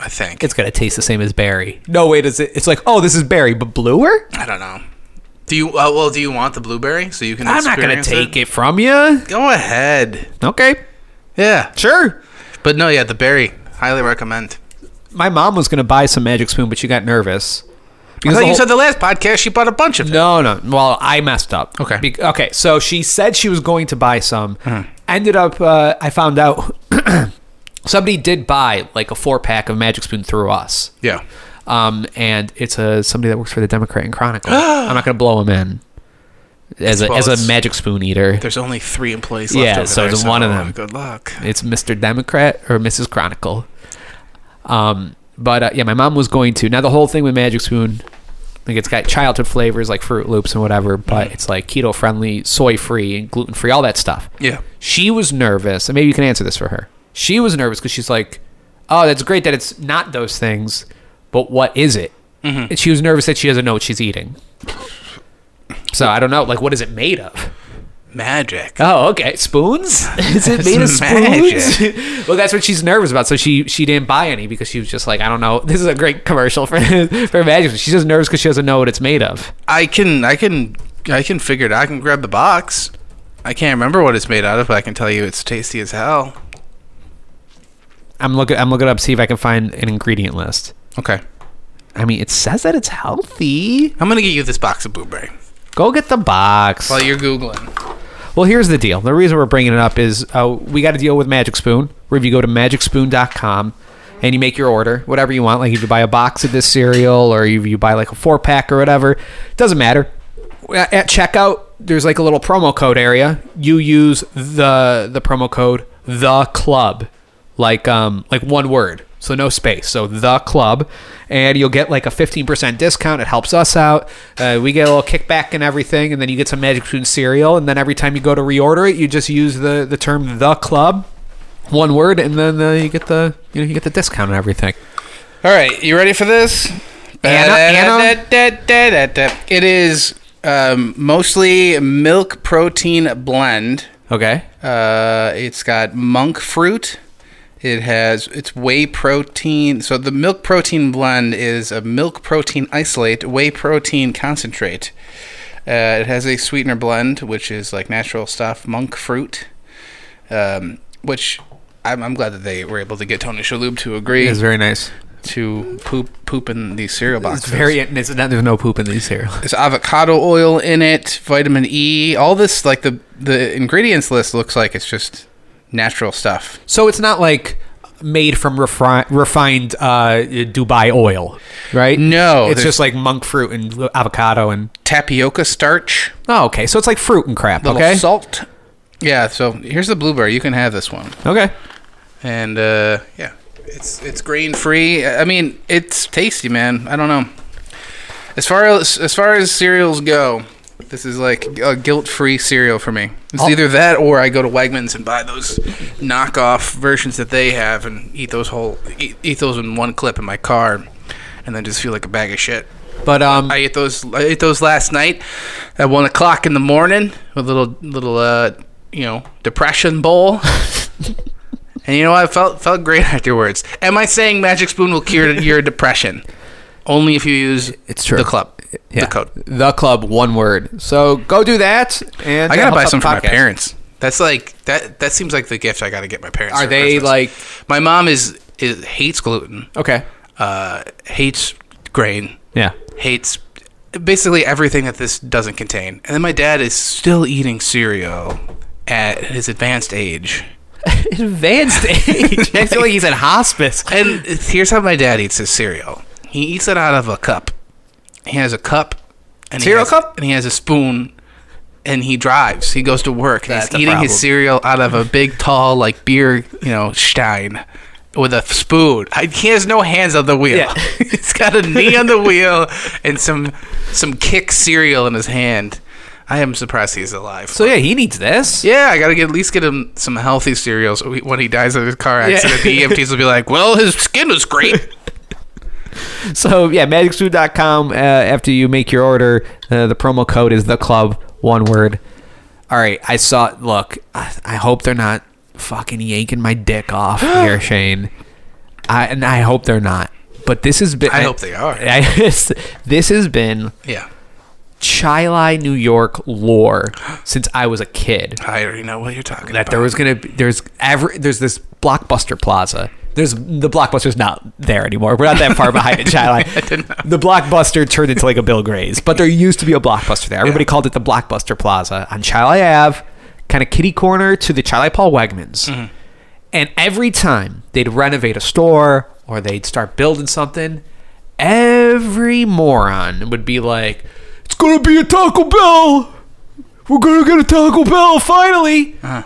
Speaker 3: I think
Speaker 2: It's gonna taste the same as berry. No way does it. It's like oh, this is berry, but bluer.
Speaker 3: I don't know. Do you? Uh, well, do you want the blueberry so you can?
Speaker 2: I'm not gonna
Speaker 3: experience
Speaker 2: take it from you.
Speaker 3: Go ahead.
Speaker 2: Okay,
Speaker 3: Yeah,
Speaker 2: sure.
Speaker 3: but no, yeah, the berry. Highly recommend.
Speaker 2: My mom was gonna buy some magic spoon, but she got nervous
Speaker 3: I
Speaker 2: because
Speaker 3: thought
Speaker 2: the
Speaker 3: you
Speaker 2: whole-
Speaker 3: said the last podcast she bought a bunch of them.
Speaker 2: No, no. Well, I messed up.
Speaker 3: Okay.
Speaker 2: Be- okay. Uh-huh. So she said she was going to buy some. Ended up, uh, I found out [clears throat] somebody did buy like a four pack of Magic Spoon through us.
Speaker 3: Yeah.
Speaker 2: Um, and it's a somebody that works for the Democrat and [gasps] Chronicle. I'm not gonna blow him in as a,
Speaker 3: Well,
Speaker 2: as a
Speaker 3: it's-
Speaker 2: Magic Spoon eater.
Speaker 3: There's only three employees left.
Speaker 2: Yeah,
Speaker 3: over
Speaker 2: so
Speaker 3: there,
Speaker 2: it's one of them.
Speaker 3: Good luck.
Speaker 2: It's Mr. Democrat or Mrs. Chronicle. Um, but uh, yeah, my mom was going to. Now the whole thing with Magic Spoon, like it's got childhood flavors like Fruit Loops and whatever, but it's like keto friendly, soy free, and gluten free, all that stuff.
Speaker 3: Yeah.
Speaker 2: She was nervous, and maybe you can answer this for her. She was nervous because she's like, "Oh, that's great that it's not those things, but what is it?" And she was nervous that she doesn't know what she's eating. So I don't know, like, what is it made of?
Speaker 3: Magic.
Speaker 2: Oh, okay. Spoons? Is it made of
Speaker 3: That's
Speaker 2: spoons? [laughs] well, that's what she's nervous about. So she she didn't buy any because she was just like, I don't know. [laughs] This is a great commercial for [laughs] for magic. She's just nervous because she doesn't know what it's made of.
Speaker 3: I can I can I can figure it out. I can grab the box. I can't remember what it's made out of, but I can tell you it's tasty as hell.
Speaker 2: I'm looking I'm looking up to see if I can find an ingredient list.
Speaker 3: Okay.
Speaker 2: I mean, it says that it's healthy.
Speaker 3: I'm gonna get you this box of blueberry.
Speaker 2: Go get the box.
Speaker 3: While you're googling.
Speaker 2: Well, here's the deal. The reason we're bringing it up is uh, we got to deal with Magic Spoon. Where if you go to magicspoon.com and you make your order, whatever you want, like if you buy a box of this cereal or if you buy like a four pack or whatever, doesn't matter. At at checkout, there's like a little promo code area. You use the the promo code the club, like um like one word, so no space. So the club, and you'll get like a 15% discount. It helps us out. Uh, we get a little kickback and everything, and then you get some Magic Spoon cereal. And then every time you go to reorder it, you just use the the term the club, one word, and then uh, you get the you know you get the discount and everything.
Speaker 3: Alright, you ready for this?
Speaker 2: Anna- Anna?
Speaker 3: It is um, mostly milk protein blend.
Speaker 2: Okay.
Speaker 3: Uh, it's got monk fruit. It has it's whey protein. So the milk protein blend is a milk protein isolate, whey protein concentrate. Uh, it has a sweetener blend, which is like natural stuff, monk fruit, um, which I'm, I'm glad that they were able to get Tony Shalhoub to agree
Speaker 2: It's very nice.
Speaker 3: to poop poop in these cereal boxes.
Speaker 2: It's very. It's not, there's no poop in these cereal.
Speaker 3: There's avocado oil in it, vitamin E, all this like the the ingredients list looks like it's just natural stuff.
Speaker 2: So it's not like made from refri- refined uh, Dubai oil, right?
Speaker 3: No,
Speaker 2: it's
Speaker 3: there's-
Speaker 2: just like monk fruit and avocado and
Speaker 3: Tapioca starch,
Speaker 2: oh, okay. So it's like fruit and crap.
Speaker 3: little
Speaker 2: Okay,
Speaker 3: salt. Yeah, so here's the blueberry. You can have this one.
Speaker 2: okay.
Speaker 3: And uh yeah, it's it's grain free. I I mean, it's tasty, man. I don't know. As far as as far as cereals go, this is like a guilt-free cereal for me. It's
Speaker 2: Oh.
Speaker 3: either that or I go to Wegmans and buy those knockoff versions that they have and eat those whole eat, eat those in one clip in my car and then just feel like a bag of shit.
Speaker 2: But um,
Speaker 3: I ate those. I ate those last night at one o'clock in the morning. A little, little, uh, you know,
Speaker 2: [laughs]
Speaker 3: depression bowl. and you know, what? I felt felt great [laughs] afterwards. Am I saying Magic Spoon
Speaker 2: [laughs]
Speaker 3: will cure your depression? Only if you use
Speaker 2: It's true.
Speaker 3: the club,
Speaker 2: yeah.
Speaker 3: the code.
Speaker 2: the club, one word. So go do that. And
Speaker 3: I
Speaker 2: yeah,
Speaker 3: gotta
Speaker 2: help
Speaker 3: buy
Speaker 2: out
Speaker 3: some
Speaker 2: the
Speaker 3: for my
Speaker 2: podcast.
Speaker 3: parents. That's like that. That seems like the gift I gotta get my parents.
Speaker 2: Are
Speaker 3: for
Speaker 2: they
Speaker 3: Christmas.
Speaker 2: like
Speaker 3: My mom is is hates gluten,
Speaker 2: okay?
Speaker 3: uh, hates grain.
Speaker 2: Yeah.
Speaker 3: hates basically everything that this doesn't contain. And then my dad is still eating cereal at his advanced age.
Speaker 2: [laughs] Advanced
Speaker 3: [laughs]
Speaker 2: age. I feel like he's in hospice.
Speaker 3: And here's how my dad eats his cereal. He eats it out of a cup. He has a cup and
Speaker 2: Cereal
Speaker 3: he has,
Speaker 2: cup?
Speaker 3: and he has a spoon and he drives. He goes to work. and
Speaker 2: That's
Speaker 3: He's
Speaker 2: a
Speaker 3: eating
Speaker 2: problem.
Speaker 3: his cereal out of a big tall like beer, you know, stein with a spoon. I, he has no hands on the wheel. [laughs]
Speaker 2: Yeah.
Speaker 3: He's got a knee on the wheel and some some kick cereal in his hand. I am surprised he's alive.
Speaker 2: So yeah, he needs this.
Speaker 3: yeah, I gotta get, at least get him some healthy cereals. So he- When he dies in his car accident, the EMTs will be like, "Well, his skin
Speaker 2: [laughs]
Speaker 3: was great."
Speaker 4: So yeah, magicfood.com. Uh, after you make your order, uh, the promo code is the club. One word.
Speaker 2: All right, I saw. Look, I, I hope they're not fucking yanking my dick
Speaker 3: [gasps]
Speaker 2: off here, Shane. I and I hope they're not. But this has been.
Speaker 3: I hope they are.
Speaker 2: [laughs] I, this has been
Speaker 3: yeah,
Speaker 2: Chilai, New York lore since I was a kid.
Speaker 3: I already know what you're talking
Speaker 2: That
Speaker 3: about.
Speaker 2: there was gonna be there's every there's this blockbuster plaza. There's the blockbuster's not there anymore. We're not that far behind in Chilai. The blockbuster turned into like a Bill Gray's, but there used to be a blockbuster there. Everybody called it the Blockbuster Plaza on Chilai Ave, kind of kitty corner to the Chilai Paul Wegmans. And every time they'd renovate a store or they'd start building something, every moron would be like, "It's gonna be a Taco Bell. We're gonna get a Taco Bell finally."
Speaker 3: Uh-huh.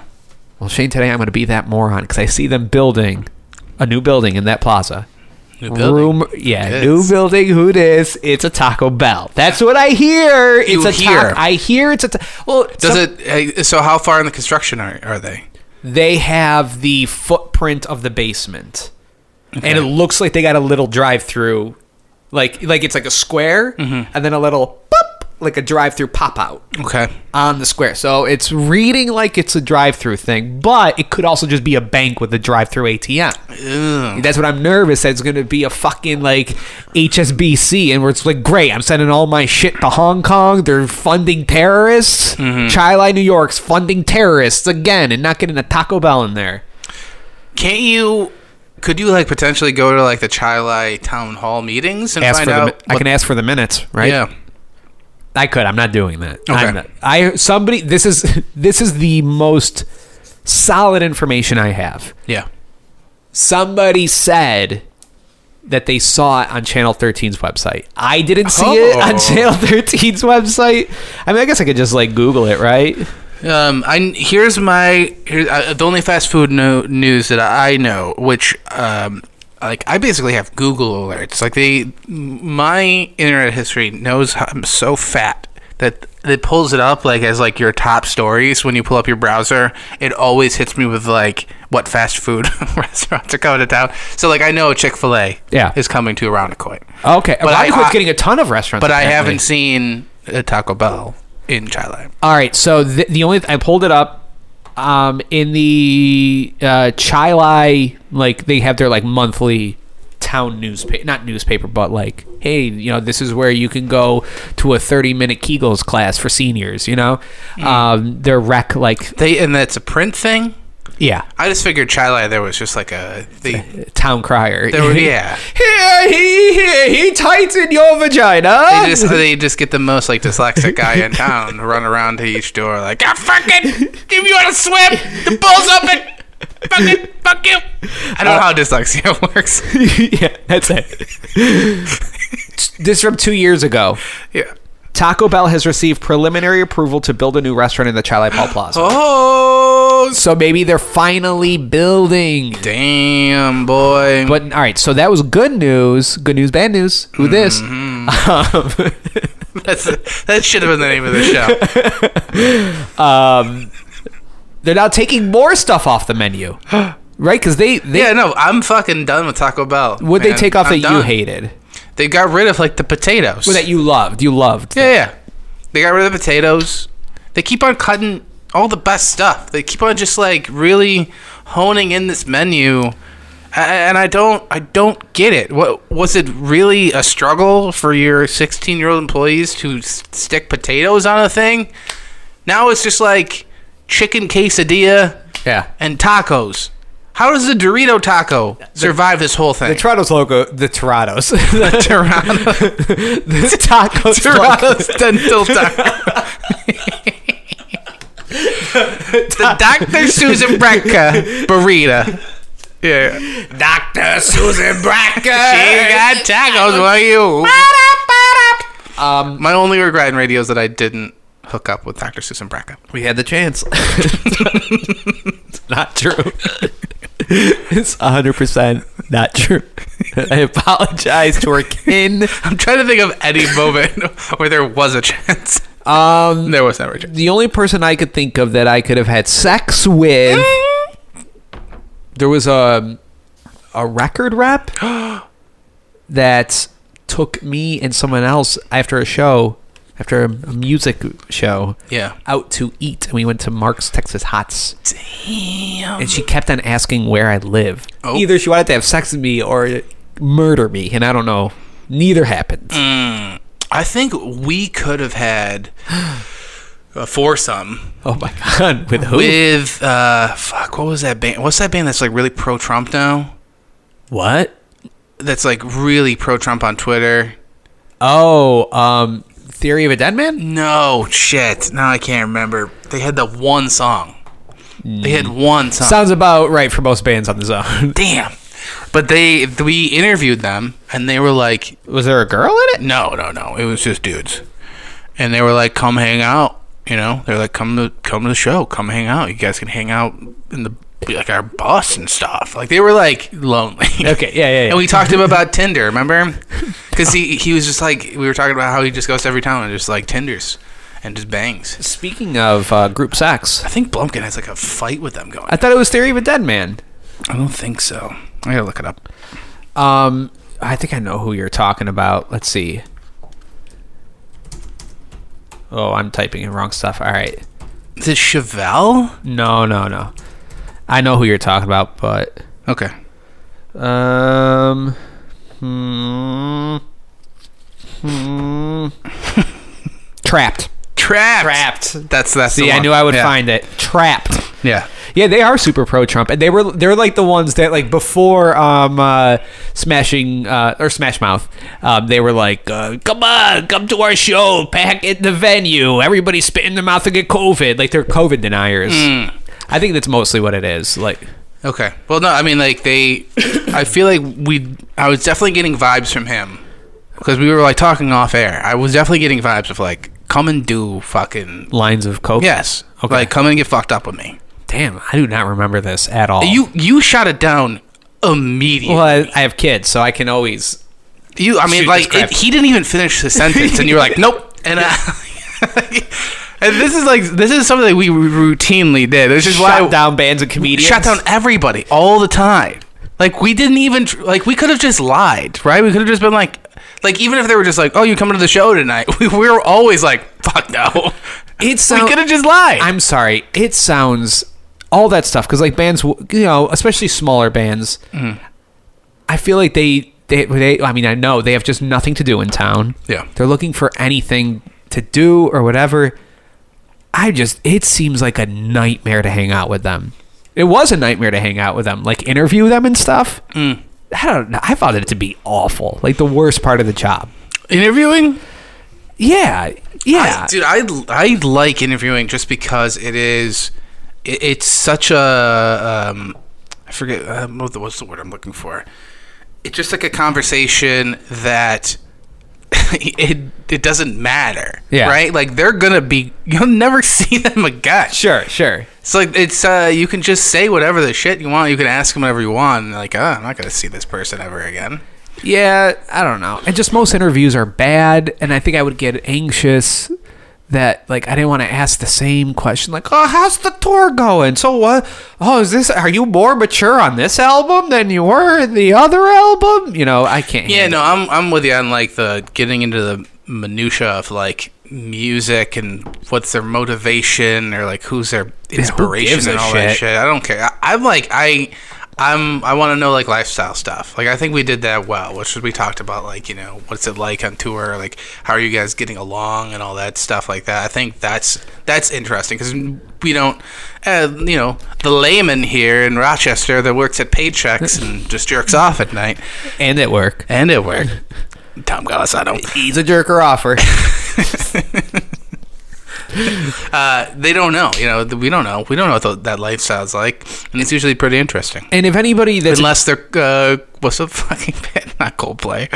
Speaker 2: Well, Shane, today I'm going to be that moron because I see them building a new building in that plaza.
Speaker 3: New building.
Speaker 2: Room, yeah,
Speaker 3: It
Speaker 2: new
Speaker 3: is.
Speaker 2: building. Who this? It's a Taco Bell. That's what I hear. It's
Speaker 3: You
Speaker 2: a
Speaker 3: hear.
Speaker 2: Taco. I hear it's a. Ta- well,
Speaker 3: Does
Speaker 2: some-
Speaker 3: it? hey, So how far in the construction are are they?
Speaker 2: They have the footprint of the basement, and it looks like they got a little drive-through, like like it's like a square,
Speaker 3: Mm-hmm.
Speaker 2: and then a little pop, like a drive-through pop-out.
Speaker 3: Okay.
Speaker 2: on the square. So it's reading like it's a drive-through thing, but it could also just be a bank with a drive-through ATM.
Speaker 3: Ew.
Speaker 2: That's what I'm nervous that it's going to be a fucking like HSBC, and where it's like, great, I'm sending all my shit to Hong Kong. They're funding terrorists.
Speaker 3: Mm-hmm.
Speaker 2: Chilai, New York's funding terrorists again, and not getting a Taco Bell in there.
Speaker 3: Can't you? Could you like potentially go to like the Chilai town hall meetings and
Speaker 2: Ask
Speaker 3: find
Speaker 2: for the,
Speaker 3: out?
Speaker 2: mi- I
Speaker 3: what-
Speaker 2: can ask for the minutes, right?
Speaker 3: yeah.
Speaker 2: I could. I'm not doing that.
Speaker 3: Okay.
Speaker 2: I'm not- I somebody. This is [laughs] this is the most solid information I have.
Speaker 3: Yeah.
Speaker 2: somebody said that they saw it on Channel 13's website. I didn't see it on
Speaker 3: Oh.
Speaker 2: Channel 13's website. I mean, I guess I could just like Google it, right?
Speaker 3: Um, I here's my here, uh, the only fast food no, news that I know, which um, like I basically have Google alerts. Like they, my internet history knows how I'm so fat that it pulls it up like as like your top stories when you pull up your browser. It always hits me with like what fast food [laughs] restaurants are coming to town. So like I know Chick Fil A
Speaker 2: Yeah. Oh,
Speaker 3: is coming to Aranacoit,
Speaker 2: Okay, but well,
Speaker 3: I-
Speaker 2: Idaho's
Speaker 3: I-
Speaker 2: getting a ton of restaurants.
Speaker 3: but I
Speaker 2: apparently.
Speaker 3: haven't seen a Taco Bell in Chile.
Speaker 2: All right, so the, the only I pulled it up um, in the uh, Chilai, like they have their like monthly town newspaper, not newspaper, but like, hey, you know, this is where you can go to a thirty-minute Kegels class for seniors. You know,
Speaker 3: Mm.
Speaker 2: um, their rec like
Speaker 3: They and that's a print thing.
Speaker 2: yeah,
Speaker 3: I just figured Chilai there was just like a they,
Speaker 2: town crier. [laughs]
Speaker 3: there were, yeah.
Speaker 2: Here, he, here, he tights in your vagina.
Speaker 3: They just they just get the most like dyslexic guy in town to run around to each door like "Ah, I fucking if you want to swim the pool's open fucking fuck you. I don't know how dyslexia [laughs] works.
Speaker 2: [laughs] yeah, that's it. this from two years ago.
Speaker 3: yeah.
Speaker 2: Taco Bell has received preliminary approval to build a new restaurant in the Chilai Paul Plaza.
Speaker 3: Oh
Speaker 2: So maybe they're finally building.
Speaker 3: damn boy.
Speaker 2: But all right, so that was good news. Good news, bad news. Who this?
Speaker 3: Mm-hmm.
Speaker 2: [laughs] Um,
Speaker 3: [laughs] That's that should have been the name of the
Speaker 2: [laughs]
Speaker 3: show.
Speaker 2: They're now taking more stuff off the
Speaker 3: [gasps]
Speaker 2: menu, right? Because they, they
Speaker 3: Yeah, no, I'm fucking done with Taco Bell.
Speaker 2: would they
Speaker 3: man.
Speaker 2: take off
Speaker 3: I'm
Speaker 2: that you
Speaker 3: done.
Speaker 2: hated,
Speaker 3: They got rid of like the potatoes.
Speaker 2: or that you loved? You loved.
Speaker 3: Yeah, yeah. They got rid of the potatoes. They keep on cutting all the best stuff. They keep on just like really honing in this menu, A- and I don't, I don't get it. What was it really a struggle for your 16 year old employees to s- stick potatoes on a thing? Now it's just like chicken quesadilla
Speaker 2: yeah.
Speaker 3: and tacos. How does the Dorito taco survive this whole thing?
Speaker 2: Toronto's logo, the Toronto's, [laughs] the [laughs]
Speaker 3: Toronto,
Speaker 2: Taco
Speaker 3: Toronto's [laughs] dental taco. the Dr. Susan Brecka burrito. Yeah. Dr. Susan Brecka. she got tacos for you.
Speaker 2: Um,
Speaker 3: My only regret in radio is that I didn't hook up with Dr. Susan Brecka.
Speaker 2: We had the [laughs] chance. not true. it's 100% not true. I apologize to her kin.
Speaker 3: [laughs] I'm trying to think of any moment where there was a chance.
Speaker 2: Um,
Speaker 3: There was never a chance.
Speaker 2: the only person I could think of that I could have had sex
Speaker 3: [laughs]
Speaker 2: with, there was a a record
Speaker 3: [gasps]
Speaker 2: rep that took me and someone else after a show, after a, a music show,
Speaker 3: Yeah.
Speaker 2: out to eat, and we went to Mark's Texas Hots. Damn. And
Speaker 3: [gasps]
Speaker 2: she kept on asking where I live.
Speaker 3: Oh.
Speaker 2: Either she wanted to have sex with me or murder me, and I don't know. Neither happened.
Speaker 3: Mm. I think we could have had a foursome
Speaker 2: Oh my [laughs] god, with who?
Speaker 3: with uh fuck, what was that band? What's that band that's like really pro Trump now?
Speaker 2: what?
Speaker 3: That's like really pro Trump on Twitter.
Speaker 2: Oh, um, Theory of a Dead Man.
Speaker 3: No shit. Now I can't remember. They had the one song. They had one song.
Speaker 2: Sounds about right for most bands on the zone.
Speaker 3: Damn. But they we interviewed them and they were like,
Speaker 2: [laughs] Was there a girl in it?
Speaker 3: no, no, no. It was just dudes, and they were like, come hang out. You know, they're like, come to come to the show, come hang out. You guys can hang out in the like our bus and stuff. Like they were like lonely. [laughs]
Speaker 2: Okay, yeah, yeah, yeah.
Speaker 3: And we talked to him about Tinder, remember? Because he he was just like we were talking about how he just goes to every town and just like Tinders and just bangs.
Speaker 2: Speaking of uh, group sex,
Speaker 3: I think Blumpkin has like a fight with them going.
Speaker 2: I thought it was Theory of a Dead Man.
Speaker 3: I don't think so. I gotta look it up.
Speaker 2: Um, I think I know who you're talking about. Let's see. Oh, I'm typing in wrong stuff. All right.
Speaker 3: Is it Chevelle?
Speaker 2: No, no, no. I know who you're talking about, but
Speaker 3: Okay.
Speaker 2: um, hmm, hmm. [laughs] trapped.
Speaker 3: Trapped.
Speaker 2: Trapped.
Speaker 3: That's that's. the
Speaker 2: See, I
Speaker 3: one.
Speaker 2: knew I would
Speaker 3: Yeah.
Speaker 2: find it. Trapped.
Speaker 3: Yeah.
Speaker 2: Yeah, they are super pro Trump, and they were they're like the ones that like before um uh, smashing uh, or Smash Mouth, um, they were like, uh, come on, come to our show, pack in the venue, everybody spit in their mouth and get COVID, like they're COVID deniers.
Speaker 3: Hmm.
Speaker 2: I think that's mostly what it is. Like,
Speaker 3: Okay. Well, no, I mean, like they, I feel like we, I was definitely getting vibes from him because we were like talking off air. I was definitely getting vibes of like, come and do fucking
Speaker 2: lines of coke.
Speaker 3: yes,
Speaker 2: Okay.
Speaker 3: like come and get fucked up with me.
Speaker 2: Damn, I do not remember this at all.
Speaker 3: You you shot it down immediately.
Speaker 2: Oh. Well, I, I have kids, so I can always.
Speaker 3: You, I mean,
Speaker 2: Shoot
Speaker 3: like
Speaker 2: this crap.
Speaker 3: it, he didn't even finish the sentence, and you were like, nope. And I, [laughs] and this is like this is something that we routinely did. This is why
Speaker 2: Shut down bands of comedians.
Speaker 3: shut down everybody all the time. Like we didn't even tr- like we could have just lied, right? We could have just been like, like even if they were just like, "Oh, you coming to the show tonight?" [laughs] We, we were always like, "Fuck no."
Speaker 2: It
Speaker 3: we
Speaker 2: sound-
Speaker 3: could have just lied.
Speaker 2: I'm sorry. It sounds all that stuff because like bands, w- you know, especially smaller bands.
Speaker 3: Mm-hmm.
Speaker 2: I feel like they, they they I mean I know they have just nothing to do in town.
Speaker 3: Yeah.
Speaker 2: they're looking for anything to do or whatever. I just it seems like a nightmare to hang out with them. It was a nightmare to hang out with them, like interview them and stuff.
Speaker 3: Mm.
Speaker 2: I don't know. I found it to be awful, like the worst part of the job.
Speaker 3: interviewing,
Speaker 2: Yeah, yeah.
Speaker 3: I, dude. I I like interviewing just because it is, it, it's such a um, I forget uh, what the- what's the word I'm looking for. It's just like a conversation that [laughs] it it doesn't matter,
Speaker 2: Yeah.
Speaker 3: right? Like they're gonna be you'll never [laughs] see them again.
Speaker 2: sure, sure.
Speaker 3: It's like it's uh, you can just say whatever the shit you want. You can ask them whatever you want. And they're like, oh, I'm not gonna see this person ever again.
Speaker 2: Yeah, I don't know. And just most interviews are bad, and I think I would get anxious that like I didn't want to ask the same question. Like, oh, how's the tour going? So what? Oh, is this? Are you more mature on this album than you were in the other album? You know, I can't.
Speaker 3: Yeah,
Speaker 2: handle
Speaker 3: no, I'm I'm with you on like the getting into the minutia of like music and what's their motivation or like who's their inspiration
Speaker 2: gives a
Speaker 3: and all that
Speaker 2: shit?
Speaker 3: shit. I don't care. I, I'm like I I'm I want to know like lifestyle stuff. Like I think we did that well, which is we talked about like you know what's it like on tour, like how are you guys getting along and all that stuff like that. I think that's that's interesting because we don't. Uh, you know the layman here in Rochester that works at paychecks
Speaker 2: Uh,
Speaker 3: and just jerks off at night.
Speaker 2: it. And at work,
Speaker 3: And it worked. Tom Golisano.
Speaker 2: he's a jerker offer.
Speaker 3: Uh, they don't know. You know, th- we don't know. We don't know what tho- that lifestyle's like, and it's usually pretty interesting.
Speaker 2: [laughs] and if anybody that's
Speaker 3: Unless they're uh, what's the [laughs] fucking band? Not Coldplay.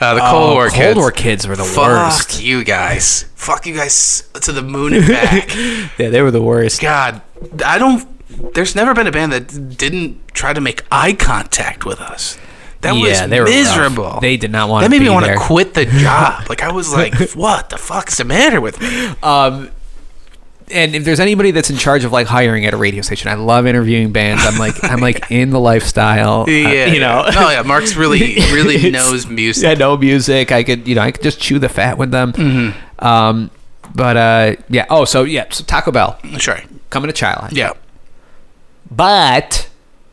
Speaker 3: Uh, the Cold
Speaker 2: Oh,
Speaker 3: War
Speaker 2: Cold
Speaker 3: kids.
Speaker 2: War kids were the
Speaker 3: Fuck
Speaker 2: worst.
Speaker 3: you guys. Fuck you guys to the moon
Speaker 2: [laughs]
Speaker 3: and back.
Speaker 2: yeah, they were the worst.
Speaker 3: God, I don't. There's never been a band that didn't try to make eye contact with us. That
Speaker 2: yeah,
Speaker 3: was
Speaker 2: they were rough.
Speaker 3: miserable.
Speaker 2: They did not want
Speaker 3: That
Speaker 2: to
Speaker 3: made me
Speaker 2: be
Speaker 3: want
Speaker 2: there.
Speaker 3: to quit
Speaker 2: [laughs]
Speaker 3: the job. Like I was like, what the fuck's the matter with me?
Speaker 2: Um, and if there's anybody that's in charge of like hiring at a radio station, I love interviewing bands. I'm like I'm like in the lifestyle. uh,
Speaker 3: Yeah,
Speaker 2: you know.
Speaker 3: [laughs] yeah. No, yeah. Mark's really, really
Speaker 2: [laughs] It's-
Speaker 3: knows music.
Speaker 2: I know music. I could you know I could just chew the fat with them.
Speaker 3: Mm-hmm.
Speaker 2: Um, but uh, yeah. Oh, so yeah. So Taco Bell
Speaker 3: Sure.
Speaker 2: coming to Child.
Speaker 3: Yeah.
Speaker 2: But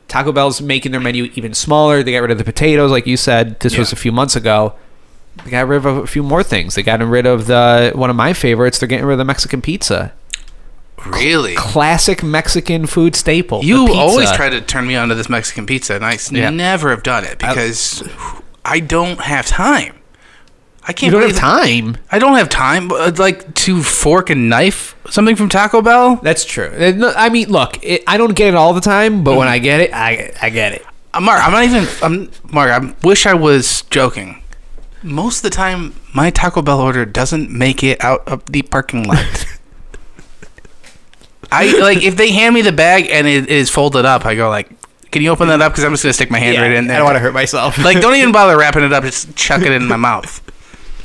Speaker 2: Taco Bell's making their menu even smaller. They got rid of the potatoes, like you said. This was
Speaker 3: Yeah.
Speaker 2: a few months ago. They got rid of a few more things. They got rid of the one of my favorites. They're getting rid of the Mexican pizza,
Speaker 3: Really.
Speaker 2: classic Mexican food staple. the
Speaker 3: You
Speaker 2: pizza.
Speaker 3: always try to turn me on to this Mexican pizza, and I s-
Speaker 2: Yeah.
Speaker 3: never have done it because I don't have time. I can't.
Speaker 2: You don't have
Speaker 3: believe-
Speaker 2: time.
Speaker 3: I don't have time. uh, Like to fork and knife something from Taco Bell.
Speaker 2: That's true. Uh, no, I mean, look, it, I don't get it all the time, but
Speaker 3: Mm-hmm.
Speaker 2: when I get it, I I get it.
Speaker 3: Uh, Mark, I'm not even. I'm Mark. I wish I was joking. Most of the time, my Taco Bell order doesn't make it out of the parking
Speaker 2: [laughs]
Speaker 3: lot. I like if they hand me the bag and it is folded up. I go like, "Can you open that up? Because I'm just gonna stick my hand right in there."
Speaker 2: I don't want to hurt myself.
Speaker 3: Like, don't even bother wrapping it up. Just chuck it in my mouth.
Speaker 2: [laughs]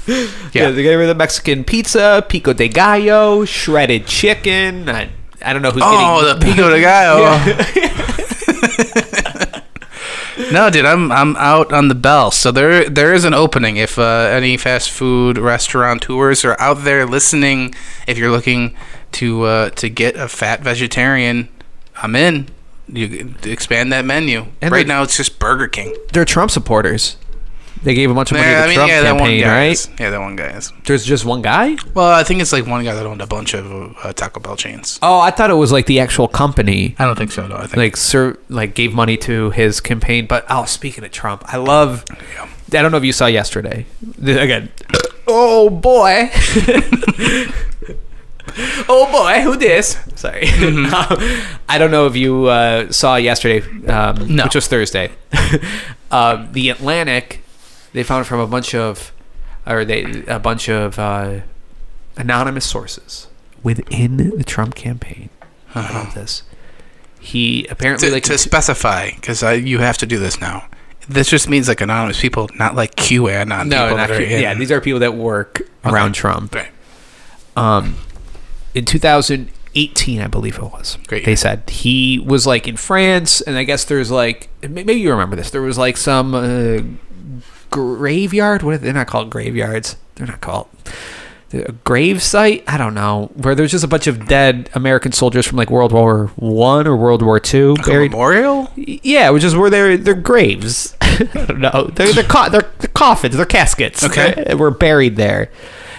Speaker 2: Yeah.
Speaker 3: Yeah.
Speaker 2: they got rid of the Mexican pizza, pico de gallo, shredded chicken. I, I don't know who's
Speaker 3: Oh,
Speaker 2: getting
Speaker 3: the pico de gallo. [laughs] no, dude, I'm I'm out on the bell. So there there is an opening. If uh, any fast food restaurateurs are out there listening, if you're looking to uh, to get a fat vegetarian, I'm in. You expand that menu.
Speaker 2: And
Speaker 3: right
Speaker 2: the-
Speaker 3: now, it's just Burger King.
Speaker 2: they're Trump supporters. They gave a bunch of money
Speaker 3: Yeah,
Speaker 2: to
Speaker 3: I
Speaker 2: the
Speaker 3: mean,
Speaker 2: Trump
Speaker 3: yeah, that one
Speaker 2: campaign,
Speaker 3: guy.
Speaker 2: right?
Speaker 3: Is, yeah, that one guy is.
Speaker 2: There's just one guy.
Speaker 3: Well, I think it's like one guy that owned a bunch of uh, Taco Bell chains.
Speaker 2: Oh, I thought it was like the actual company,
Speaker 3: I don't think so, though. I think
Speaker 2: like sir, like gave money to his campaign. But oh, speaking of Trump, I love. I don't know if you saw yesterday. The- Again, [laughs] oh boy, [laughs] oh boy, who this? Sorry, [laughs] Um, I don't know if you uh, saw yesterday, um,
Speaker 3: No.
Speaker 2: which was Thursday. [laughs] um, the Atlantic, they found from a bunch of, or they a bunch of uh, anonymous sources within the Trump campaign. I love this. He apparently
Speaker 3: Uh-huh. to,
Speaker 2: like
Speaker 3: to specify because you have to do this now. This just means like anonymous people, not like QAnon
Speaker 2: no,
Speaker 3: people.
Speaker 2: not
Speaker 3: that are
Speaker 2: Cuba.
Speaker 3: in-
Speaker 2: yeah, these are people that work
Speaker 3: Uh-huh.
Speaker 2: around Trump.
Speaker 3: Right.
Speaker 2: Um, in 2018, I believe it was.
Speaker 3: Great
Speaker 2: They
Speaker 3: year.
Speaker 2: said he was like in France, and I guess there's like m- maybe you remember this. There was like some uh, graveyard. What are they? are not called graveyards? They're not called a grave site. I don't know where there's just a bunch of dead American soldiers from like World War One or World War Two
Speaker 3: Like a
Speaker 2: buried.
Speaker 3: memorial.
Speaker 2: Yeah, which is where their their graves. [laughs] I don't know. They're they're, co- they're, they're coffins. They're caskets.
Speaker 3: Okay.
Speaker 2: They're- were buried there.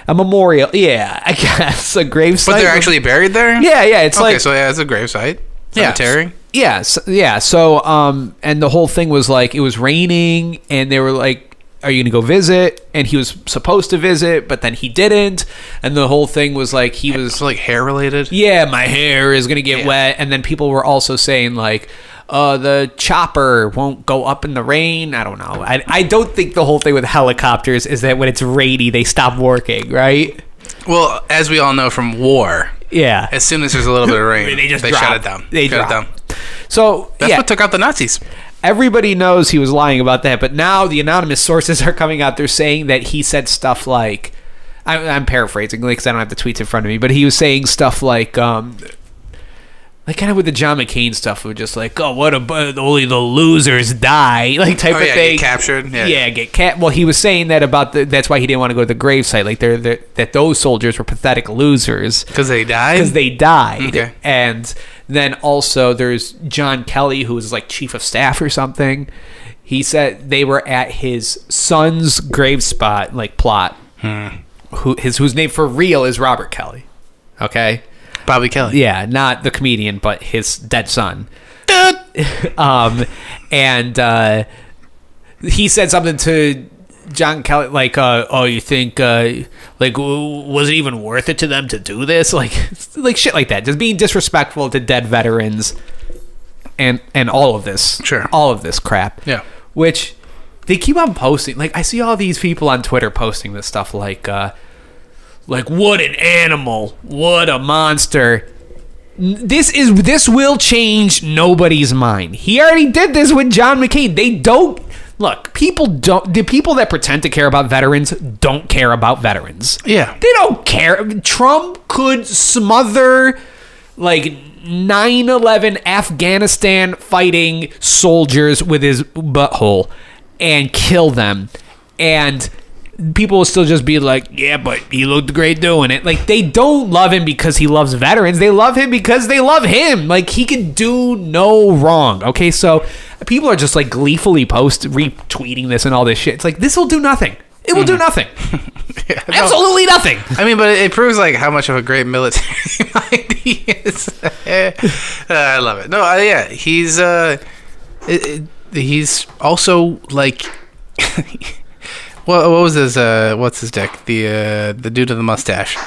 Speaker 2: A memorial. Yeah, [laughs] I guess a grave.
Speaker 3: But they're actually buried there.
Speaker 2: Yeah, yeah. It's
Speaker 3: Okay,
Speaker 2: like
Speaker 3: so yeah, it's a gravesite.
Speaker 2: Yeah.
Speaker 3: Cemetery.
Speaker 2: yeah, so, yeah. So um, and the whole thing was like it was raining, and they were like, "Are you gonna go visit?" And he was supposed to visit, but then he didn't, and the whole thing was like he was
Speaker 3: It's like hair related.
Speaker 2: yeah, my hair is gonna get
Speaker 3: Yeah.
Speaker 2: wet. And then people were also saying like, uh, the chopper won't go up in the rain. I don't know. I, I don't think the whole thing with helicopters is that when it's rainy they stop working, right?
Speaker 3: Well, as we all know from war,
Speaker 2: Yeah,
Speaker 3: as soon as there's a
Speaker 2: [laughs]
Speaker 3: little bit of rain,
Speaker 2: they just
Speaker 3: shut
Speaker 2: drop.
Speaker 3: it down.
Speaker 2: They
Speaker 3: shut
Speaker 2: drop.
Speaker 3: it down.
Speaker 2: So
Speaker 3: That's
Speaker 2: yeah,
Speaker 3: what took out the Nazis.
Speaker 2: everybody knows he was lying about that, but now the anonymous sources are coming out. They're saying that he said stuff like, I, I'm paraphrasing because I don't have the tweets in front of me, but he was saying stuff like, um, like kind of with the John McCain stuff, of just like, oh, what a bu- only the losers die, [laughs] like type
Speaker 3: Oh
Speaker 2: of
Speaker 3: yeah,
Speaker 2: thing.
Speaker 3: get captured. Yeah.
Speaker 2: Yeah, get cat. Well, he was saying that about the. That's why he didn't want to go to the gravesite. Like they're, they're that those soldiers were pathetic losers
Speaker 3: Because they died.
Speaker 2: because they died.
Speaker 3: Okay.
Speaker 2: And then also there's John Kelly, who was like chief of staff or something. He said they were at his son's grave spot, like plot. Who his whose name for real is Robert Kelly. Okay.
Speaker 3: Bobby Kelly.
Speaker 2: Yeah, not the comedian, but his dead
Speaker 3: [laughs]
Speaker 2: son. um, and uh, he said something to John Kelly like, uh, "Oh, you think uh, like w- was it even worth it to them to do this? [laughs] Like, like shit like that. Just being disrespectful to dead veterans, and and all of this,
Speaker 3: Sure.
Speaker 2: all of this crap.
Speaker 3: Yeah.
Speaker 2: which." They keep on posting. Like I see all these people on Twitter posting this stuff, like, uh, like what an animal, what a monster this is this will change nobody's mind. He already did this with John McCain. They don't Look, people don't. The people that pretend to care about veterans don't care about veterans.
Speaker 3: Yeah.
Speaker 2: They don't care. Trump could smother like 9 11 Afghanistan fighting soldiers with his butthole and kill them. And people will still just be like, yeah, but he looked great doing it. Like, they don't love him because he loves veterans. They love him because they love him. Like, he can do no wrong. Okay, so people are just like gleefully post retweeting this and all this shit. It's like, this will do nothing. It will do nothing. Absolutely nothing.
Speaker 3: I mean, but it, it proves like how much of a great military [laughs] mind he is. [laughs] Uh, I love it. No, uh, yeah, he's uh, it, it, he's also like, [laughs] what, what was his uh, what's his dick? The uh, the dude of the mustache.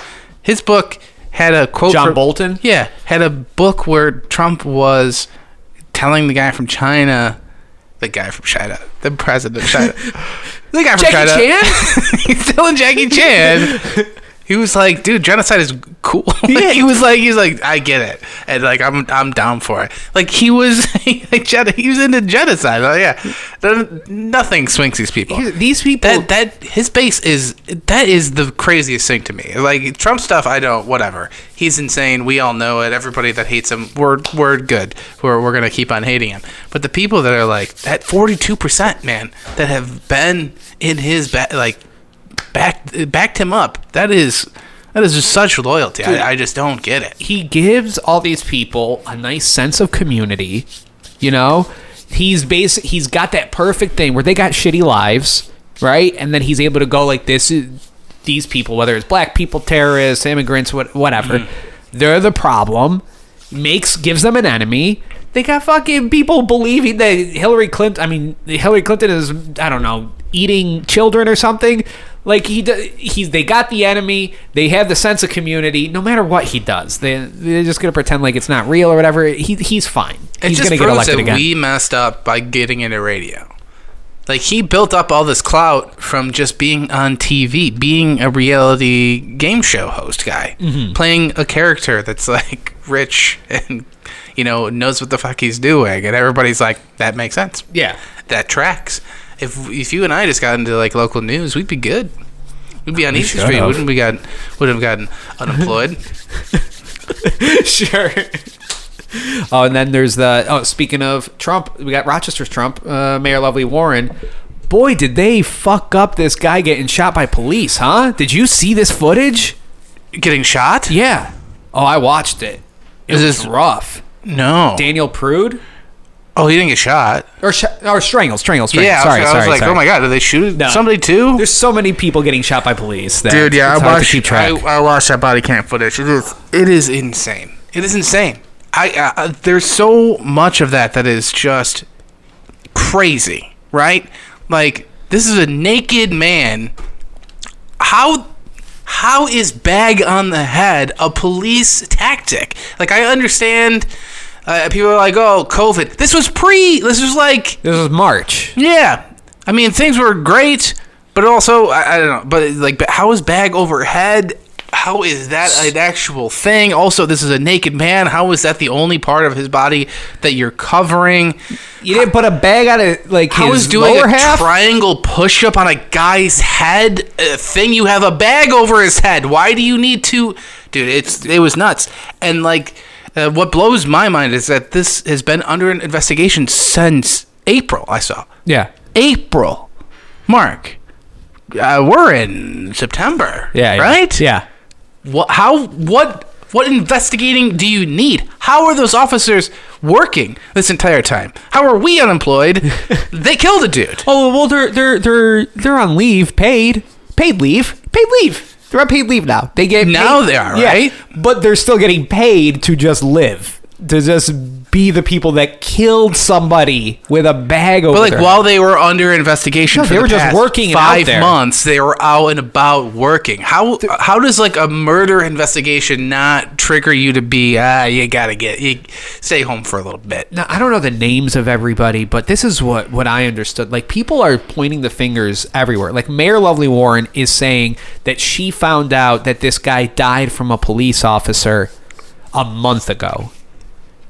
Speaker 3: His book had a quote.
Speaker 2: John Bolton?
Speaker 3: Yeah, had a book where Trump was telling the guy from China, the guy from China, the president of China,
Speaker 2: [laughs]
Speaker 3: the guy from
Speaker 2: Jackie
Speaker 3: China.
Speaker 2: Chan? [laughs]
Speaker 3: [laughs] he's telling Jackie Chan. [laughs] He was like, dude, genocide is cool. [laughs] Like, he was like, he's like, I get it, and like, I'm, I'm down for it. Like, he was, [laughs] like, gen- he was into genocide. Oh yeah, None- nothing swings these people.
Speaker 2: These people.
Speaker 3: that that his base is that is the craziest thing to me. Like Trump stuff, I don't. Whatever, he's insane. We all know it. Everybody that hates him, we're we're good. We're we're gonna keep on hating him. But the people that are like that, forty two percent man, that have been in his back, like backed backed him up. That is that is just such loyalty. I, I just don't get it.
Speaker 2: he gives all these people a nice sense of community. You know, he's basic. He's got that perfect thing where they got shitty lives, right? And then he's able to go like this. is- These people, whether it's black people, terrorists, immigrants, what, whatever,
Speaker 3: Mm-hmm.
Speaker 2: they're the problem. Makes gives them an enemy. They got fucking people believing that Hillary Clinton. I mean, Hillary Clinton is I don't know eating children or something. Like he do- he's they got the enemy. They have the sense of community. No matter what he does, they they're just gonna pretend like it's not real or whatever. He he's fine.
Speaker 3: It
Speaker 2: he's
Speaker 3: just
Speaker 2: gonna get
Speaker 3: proves
Speaker 2: elected
Speaker 3: that
Speaker 2: again.
Speaker 3: we messed up by getting into radio. Like he built up all this clout from just being on TV, being a reality game show host guy,
Speaker 2: Mm-hmm.
Speaker 3: playing a character that's like rich and you know knows what the fuck he's doing, and everybody's like, that makes sense.
Speaker 2: Yeah.
Speaker 3: that tracks. If if you and I just got into like local news, we'd be good. We'd be on Easy Street,
Speaker 5: have.
Speaker 3: wouldn't we? Got would
Speaker 2: [laughs]
Speaker 3: have gotten unemployed.
Speaker 2: sure. [laughs] Oh, and then there's the oh. Speaking of Trump, we got Rochester's Trump, uh, Mayor Lovely Warren. Boy, did they fuck up this guy getting shot by police, huh? Did you see this footage?
Speaker 3: Getting shot?
Speaker 2: Yeah. Oh, I watched it. It
Speaker 3: Is
Speaker 2: was
Speaker 3: this-
Speaker 2: rough.
Speaker 3: No.
Speaker 2: Daniel Prude
Speaker 3: Oh, he didn't get shot.
Speaker 2: or sh- or strangle, strangle, strangle.
Speaker 3: Yeah,
Speaker 2: sorry,
Speaker 3: I was,
Speaker 2: sorry,
Speaker 3: I was like,
Speaker 2: sorry.
Speaker 3: oh my god, did they shoot
Speaker 2: No.
Speaker 3: somebody too?
Speaker 2: There's so many people getting shot by police. That
Speaker 3: Dude, yeah,
Speaker 2: it's
Speaker 3: I
Speaker 2: hard to
Speaker 3: watched.
Speaker 2: keep track.
Speaker 3: I, I watched that body cam footage. It is, it is insane. It is insane. I, I, I there's so much of that that is just crazy, right? Like this is a naked man. How, how is bag on the head a police tactic? Like I understand. Uh, people are like, oh, COVID. This was pre. This was like
Speaker 2: this was March.
Speaker 3: yeah, I mean things were great, but also I, I don't know. But like, but how is bag overhead? How is that an actual thing? Also, this is a naked man. How is that the only part of his body that you're covering?
Speaker 2: You didn't put a bag out of like
Speaker 3: How
Speaker 2: his
Speaker 3: is doing
Speaker 2: lower
Speaker 3: a
Speaker 2: half.
Speaker 3: triangle push-up on a guy's head a thing? You have a bag over his head. Why do you need to, dude? It's it was nuts. And like, uh, what blows my mind is that this has been under an investigation since April. I saw.
Speaker 2: yeah,
Speaker 3: April. Mark, uh, we're in September.
Speaker 2: yeah, yeah,
Speaker 3: right.
Speaker 2: Yeah.
Speaker 3: What? How? What? What investigating do you need? How are those officers working this entire time? How are
Speaker 2: [laughs]
Speaker 3: we unemployed? they killed a dude.
Speaker 2: Oh well, they're they're they're they're on leave, paid, paid leave, paid leave. They're on paid leave now. They get
Speaker 3: Now
Speaker 2: paid-
Speaker 3: they are,
Speaker 2: yeah,
Speaker 3: right?
Speaker 2: But they're still getting paid to just live, to just be the people that killed somebody with a bag over.
Speaker 3: But like
Speaker 2: their
Speaker 3: while they were under investigation,
Speaker 2: No,
Speaker 3: for
Speaker 2: they
Speaker 3: the
Speaker 2: were just
Speaker 3: past
Speaker 2: working and out
Speaker 3: five
Speaker 2: there.
Speaker 3: months. They were out and about working. How how does like a murder investigation not trigger you to be ah you gotta get you stay home for a little bit?
Speaker 2: now I don't know the names of everybody, but this is what what I understood. Like people are pointing the fingers everywhere. Like Mayor Lovely Warren is saying that she found out that this guy died from a police officer a month ago.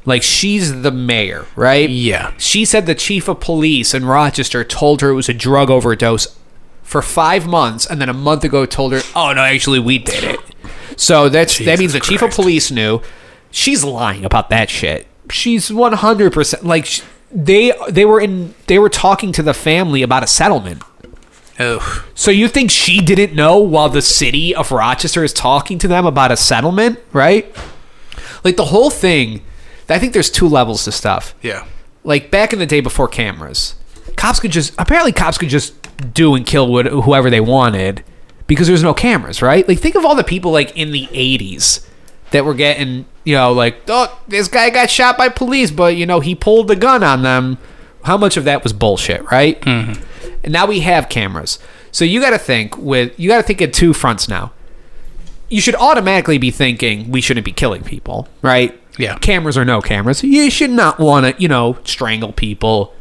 Speaker 2: Like she's the mayor, right?
Speaker 3: Yeah.
Speaker 2: She said the chief of police in Rochester told her it was a drug overdose for five months, and then a month ago told her, "Oh no, actually we did it." So that's that means the chief of police knew. She's lying about that shit. She's one hundred percent like sh- they they were in they were talking to the family about a settlement.
Speaker 3: Oh,
Speaker 2: So you think she didn't know while the city of Rochester is talking to them about a settlement, right? Like the whole thing. I think there's two levels to stuff.
Speaker 3: yeah.
Speaker 2: Like back in the day before cameras, cops could just apparently cops could just do and kill what, whoever they wanted because there's no cameras, right? Like think of all the people like in the 80s that were getting, you know, like, "Oh, this guy got shot by police, but you know, he pulled the gun on them." How much of that was bullshit, right? And now we have cameras. So you got to think with you got to think at two fronts now. You should automatically be thinking we shouldn't be killing people, right?
Speaker 3: Yeah.
Speaker 2: Cameras or no cameras, you should not want to, you know, strangle people,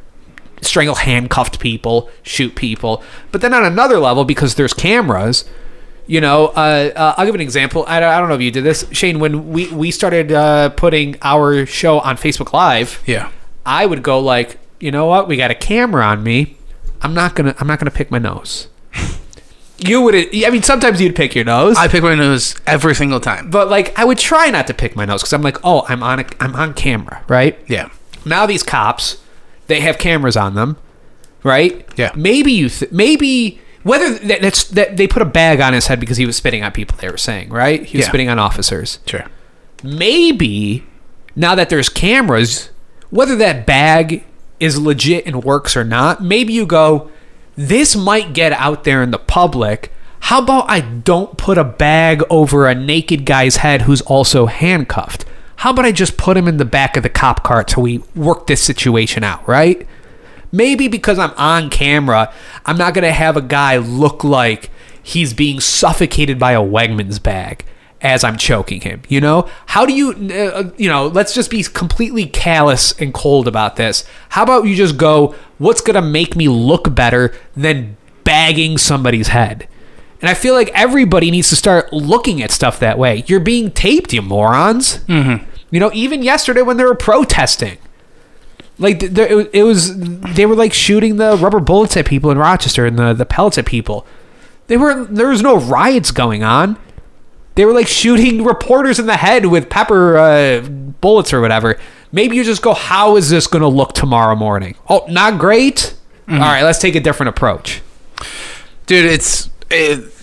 Speaker 2: strangle handcuffed people, shoot people. But then on another level, because there's cameras, you know, uh, uh, I'll give an example. I, don't- I don't know if you did this, Shane. When we we started uh, putting our show on Facebook Live,
Speaker 3: Yeah.
Speaker 2: I would go like, you know what? We got a camera on me. I'm not gonna. I'm not gonna pick my nose. [laughs] you would. I mean, sometimes you'd pick your nose,
Speaker 3: I pick my nose every single time.
Speaker 2: but like I would try not to pick my nose because I'm like, oh, I'm on. A, I'm on camera, right?
Speaker 3: yeah.
Speaker 2: Now these cops, they have cameras on them, right?
Speaker 3: Yeah.
Speaker 2: Maybe you. Th- maybe whether that, that's that they put a bag on his head because he was spitting on people. They were saying, right? He was
Speaker 3: Yeah.
Speaker 2: spitting on officers
Speaker 3: Sure.
Speaker 2: maybe now that there's cameras, whether that bag is legit and works or not, maybe you go, this might get out there in the public. How about I don't put a bag over a naked guy's head who's also handcuffed? How about I just put him in the back of the cop car till we work this situation out, right? Maybe because I'm on camera, I'm not going to have a guy look like he's being suffocated by a Wegmans bag as I'm choking him. You know? How do you, uh, you know, let's just be completely callous and cold about this. How about you just go, what's going to make me look better than bagging somebody's head? And I feel like everybody needs to start looking at stuff that way. You're being taped, you morons. Mm-hmm. You know, even yesterday when they were protesting, like th- there, it, was- it was they were like shooting the rubber bullets at people in Rochester and the the pellets at people. They were there was no riots going on. They were like shooting [laughs] reporters in the head with pepper uh, bullets or whatever. Maybe you just go, how is this going to look tomorrow morning? Oh, not great.
Speaker 3: Mm-hmm.
Speaker 2: All right, let's take a different approach.
Speaker 3: Dude, it's it,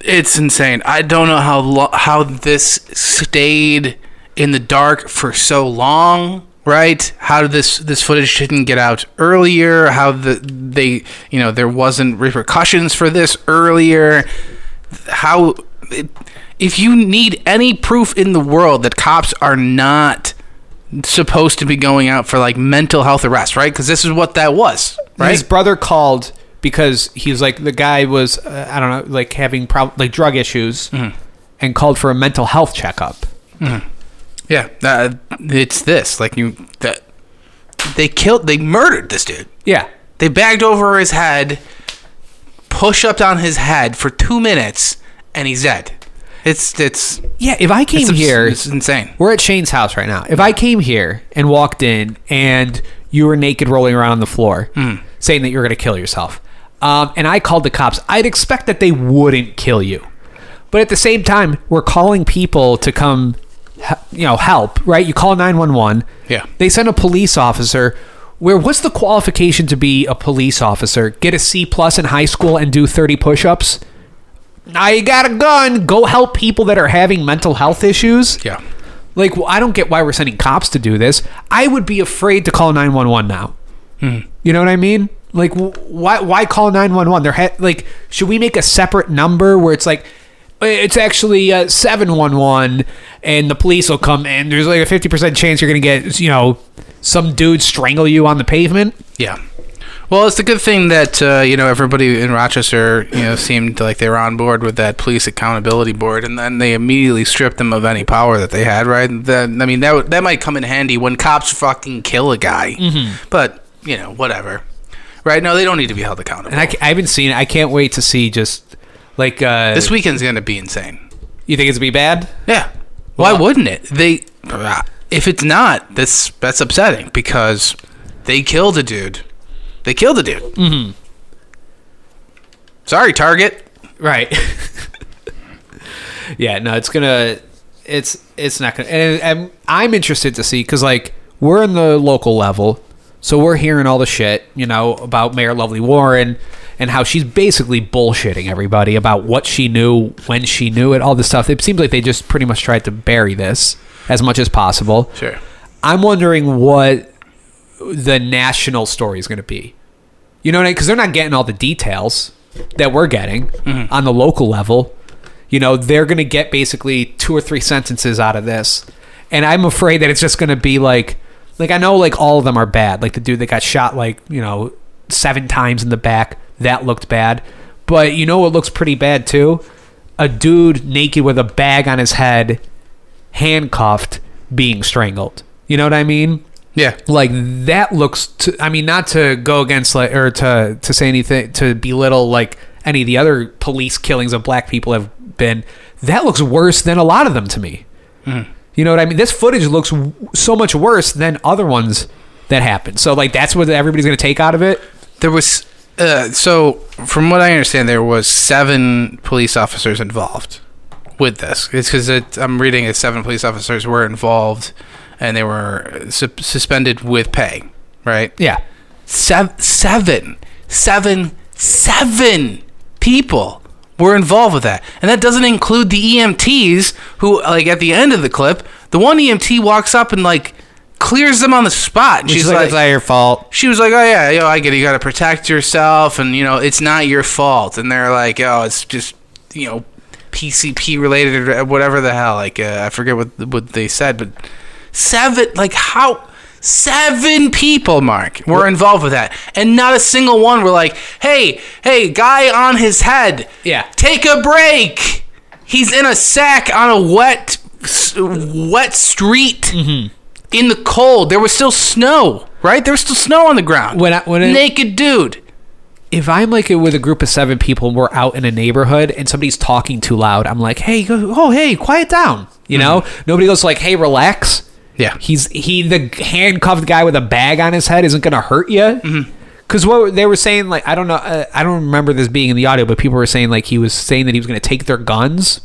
Speaker 3: it's insane. I don't know how lo- how this stayed in the dark for so long, right? How did this this footage didn't get out earlier? How the they you know there wasn't repercussions for this earlier? How it, if you need any proof in the world that cops are not supposed to be going out for like mental health arrest, right? Because this is what that was, right?
Speaker 2: His brother called because he was like the guy was uh, I don't know like having prob- like drug issues
Speaker 3: Mm-hmm.
Speaker 2: and called for a mental health checkup.
Speaker 3: Yeah, uh, it's this. Like you, that they killed, they murdered this dude.
Speaker 2: Yeah.
Speaker 3: They bagged over his head, push up on his head for two minutes, and he's dead. It's it's
Speaker 2: Yeah, if I came
Speaker 3: it's, abs-
Speaker 2: here,
Speaker 3: It's insane.
Speaker 2: we're at Shane's house right now. If I came here and walked in and you were naked rolling around on the floor,
Speaker 3: Mm.
Speaker 2: saying that you were going to kill yourself, um, and I called the cops, I'd expect that they wouldn't kill you. But at the same time, we're calling people to come, he- you know, help. Right? You call nine one one.
Speaker 3: Yeah.
Speaker 2: They send a police officer. Where what's the qualification to be a police officer? Get a C plus in high school and do thirty push ups. Now you got a gun. Go help people that are having mental health issues.
Speaker 3: Yeah,
Speaker 2: Like, well, I don't get why we're sending cops to do this. I would be afraid to call 911 now. You know what I mean? Like, wh- why why call 911? There ha- like, should we make a separate number where it's like, it's actually uh, 711 and the police will come and there's like a 50% chance you're going to get, you know, some dude strangle you on the pavement?
Speaker 3: yeah. Well, it's a good thing that uh, you know everybody in Rochester, you know, seemed like they were on board with that police accountability board, and then they immediately stripped them of any power that they had. Right? Then I mean that would- that might come in handy when cops fucking kill a guy,
Speaker 2: Mm-hmm.
Speaker 3: but you know whatever. Right? No, they don't need to be held accountable.
Speaker 2: And I, ca- I haven't seen it. I can't wait to see just like, uh,
Speaker 3: this weekend's gonna be insane.
Speaker 2: you think it's going to be bad?
Speaker 3: Yeah. Why wouldn't it? They. if it's not, that's that's upsetting because they killed a dude. They killed a dude. Mm-hmm. Sorry, Target.
Speaker 2: Right. [laughs] yeah, no, it's gonna, it's it's not gonna, and, and I'm interested to see because like we're in the local level, so we're hearing all the shit, you know, about Mayor Lovely Warren and how she's basically bullshitting everybody about what she knew, when she knew it, all this stuff. It seems like they just pretty much tried to bury this as much as possible.
Speaker 3: Sure.
Speaker 2: I'm wondering what the national story is going to be. You know what I mean? Because they're not getting all the details that we're getting on the local level. You know, they're going to get basically two or three sentences out of this. And I'm afraid that it's just going to be like, like I know like all of them are bad. Like the dude that got shot like, you know, seven times in the back, that looked bad. But you know what looks pretty bad too? A dude naked with a bag on his head, handcuffed, being strangled. You know what I mean?
Speaker 3: Yeah.
Speaker 2: like that looks to, i mean not to go against like or to to say anything to belittle like any of the other police killings of black people have been that looks worse than a lot of them to me you know what i mean this footage looks w- so much worse than other ones that happened so like that's what everybody's gonna take out of it
Speaker 3: There was uh, so from what I understand, there was seven police officers involved with this. It's because it, I'm reading it. Seven police officers were involved, and they were su- suspended with pay. Right.
Speaker 2: yeah
Speaker 3: Sev- seven, seven, seven people were involved with that, and that doesn't include the EMTs who, like, at the end of the clip, the one EMT walks up and like clears them on the spot. And she's like,
Speaker 2: your fault
Speaker 3: she was like, "Oh yeah, yo, I get it. You got to protect yourself, and you know it's not your fault." And they're like, "Yo, it's just you know PCP related or whatever the hell." Like uh, I forget what what they said, but seven like how seven people, Mark, were involved with that, and not a single one were like, "Hey, hey, guy on his head,
Speaker 2: Yeah.
Speaker 3: take a break. He's in a sack on a wet s- wet street." in the cold. There was still snow, right? There was still snow on the ground.
Speaker 2: When I- when I-
Speaker 3: naked dude.
Speaker 2: if i'm like with a group of seven people and we're out in a neighborhood and somebody's talking too loud i'm like hey go, oh hey quiet down you know nobody goes like hey relax
Speaker 3: Mm-hmm. Yeah.
Speaker 2: he's he the handcuffed guy with a bag on his head isn't going to hurt you
Speaker 3: Mm-hmm.
Speaker 2: because what they were saying like i don't know uh, i don't remember this being in the audio but people were saying like he was saying that he was going to take their guns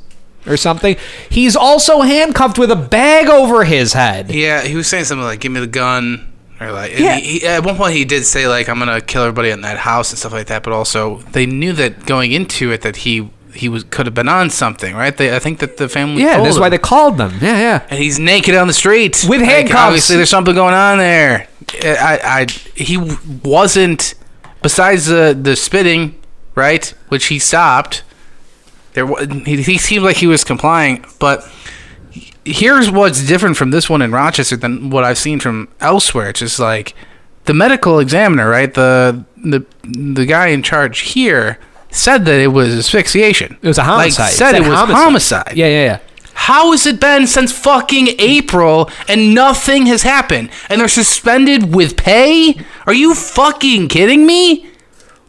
Speaker 2: or something he's also handcuffed with a bag over his head
Speaker 3: Yeah, he was saying something like, "Give me the gun," or like, and
Speaker 2: Yeah.
Speaker 3: he, he- at one point he did say like, "I'm gonna kill everybody in that house" and stuff like that. But also, they knew that going into it that he he was could have been on something, right? They, I think that the family.
Speaker 2: yeah
Speaker 3: told
Speaker 2: that's why
Speaker 3: him.
Speaker 2: they called them yeah yeah
Speaker 3: and he's naked on the street
Speaker 2: With
Speaker 3: Like,
Speaker 2: handcuffs.
Speaker 3: obviously, there's something going on there. I, I, he wasn't. Besides the the spitting, right, which he stopped. There, wa- he, he seemed like he was complying, but here's what's different from this one in Rochester than what I've seen from elsewhere. It's just like the medical examiner, right? The the the guy in charge here said that it was asphyxiation.
Speaker 2: it was a homicide
Speaker 3: Like, said
Speaker 2: It's
Speaker 3: it
Speaker 2: a
Speaker 3: was homicide.
Speaker 2: yeah yeah yeah
Speaker 3: How has it been since fucking April and nothing has happened? And they're suspended with pay? Are you fucking kidding me?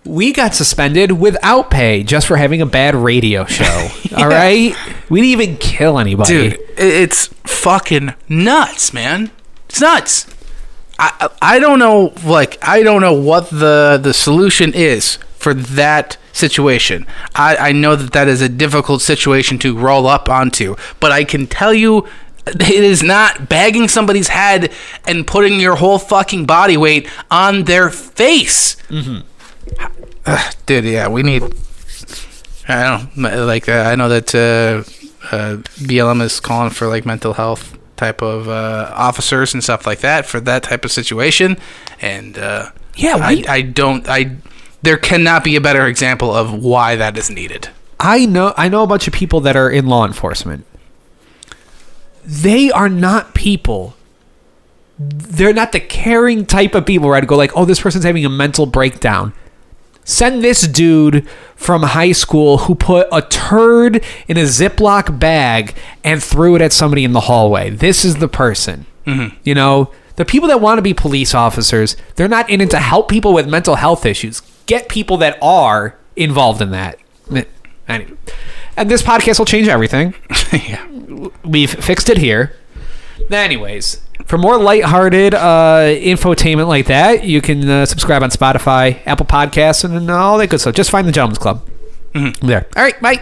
Speaker 2: we got suspended without pay just for having a bad radio show all right we didn't even kill anybody
Speaker 3: Dude, i- it's fucking nuts, man. It's nuts. I I I don't know like I don't know what the the solution is for that situation. I I know that that is a difficult situation to roll up onto, but I can tell you it is not bagging somebody's head and putting your whole fucking body weight on their face. Ugh, dude, yeah, we need. I don't know, like. Uh, I know that uh, uh, BLM is calling for like mental health type of uh, officers and stuff like that for that type of situation, and uh,
Speaker 2: Yeah,
Speaker 3: I,
Speaker 2: we-
Speaker 3: I don't. I there cannot be a better example of why that is needed. [laughs]
Speaker 2: I know I know a bunch of people that are in law enforcement. They are not people. They're not the caring type of people where I'd go like, oh, this person's having a mental breakdown. Send this dude from high school who put a turd in a Ziploc bag and threw it at somebody in the hallway. This is the person. You know, the people that want to be police officers, they're not in it to help people with mental health issues. Get people that are involved in that. Anyway. And this podcast will change everything.
Speaker 3: yeah.
Speaker 2: We've fixed it here. Anyways, For more lighthearted uh, infotainment like that, you can uh, subscribe on Spotify, Apple Podcasts, and all that good stuff. Just find the Gentleman's Club. There. All right. Bye.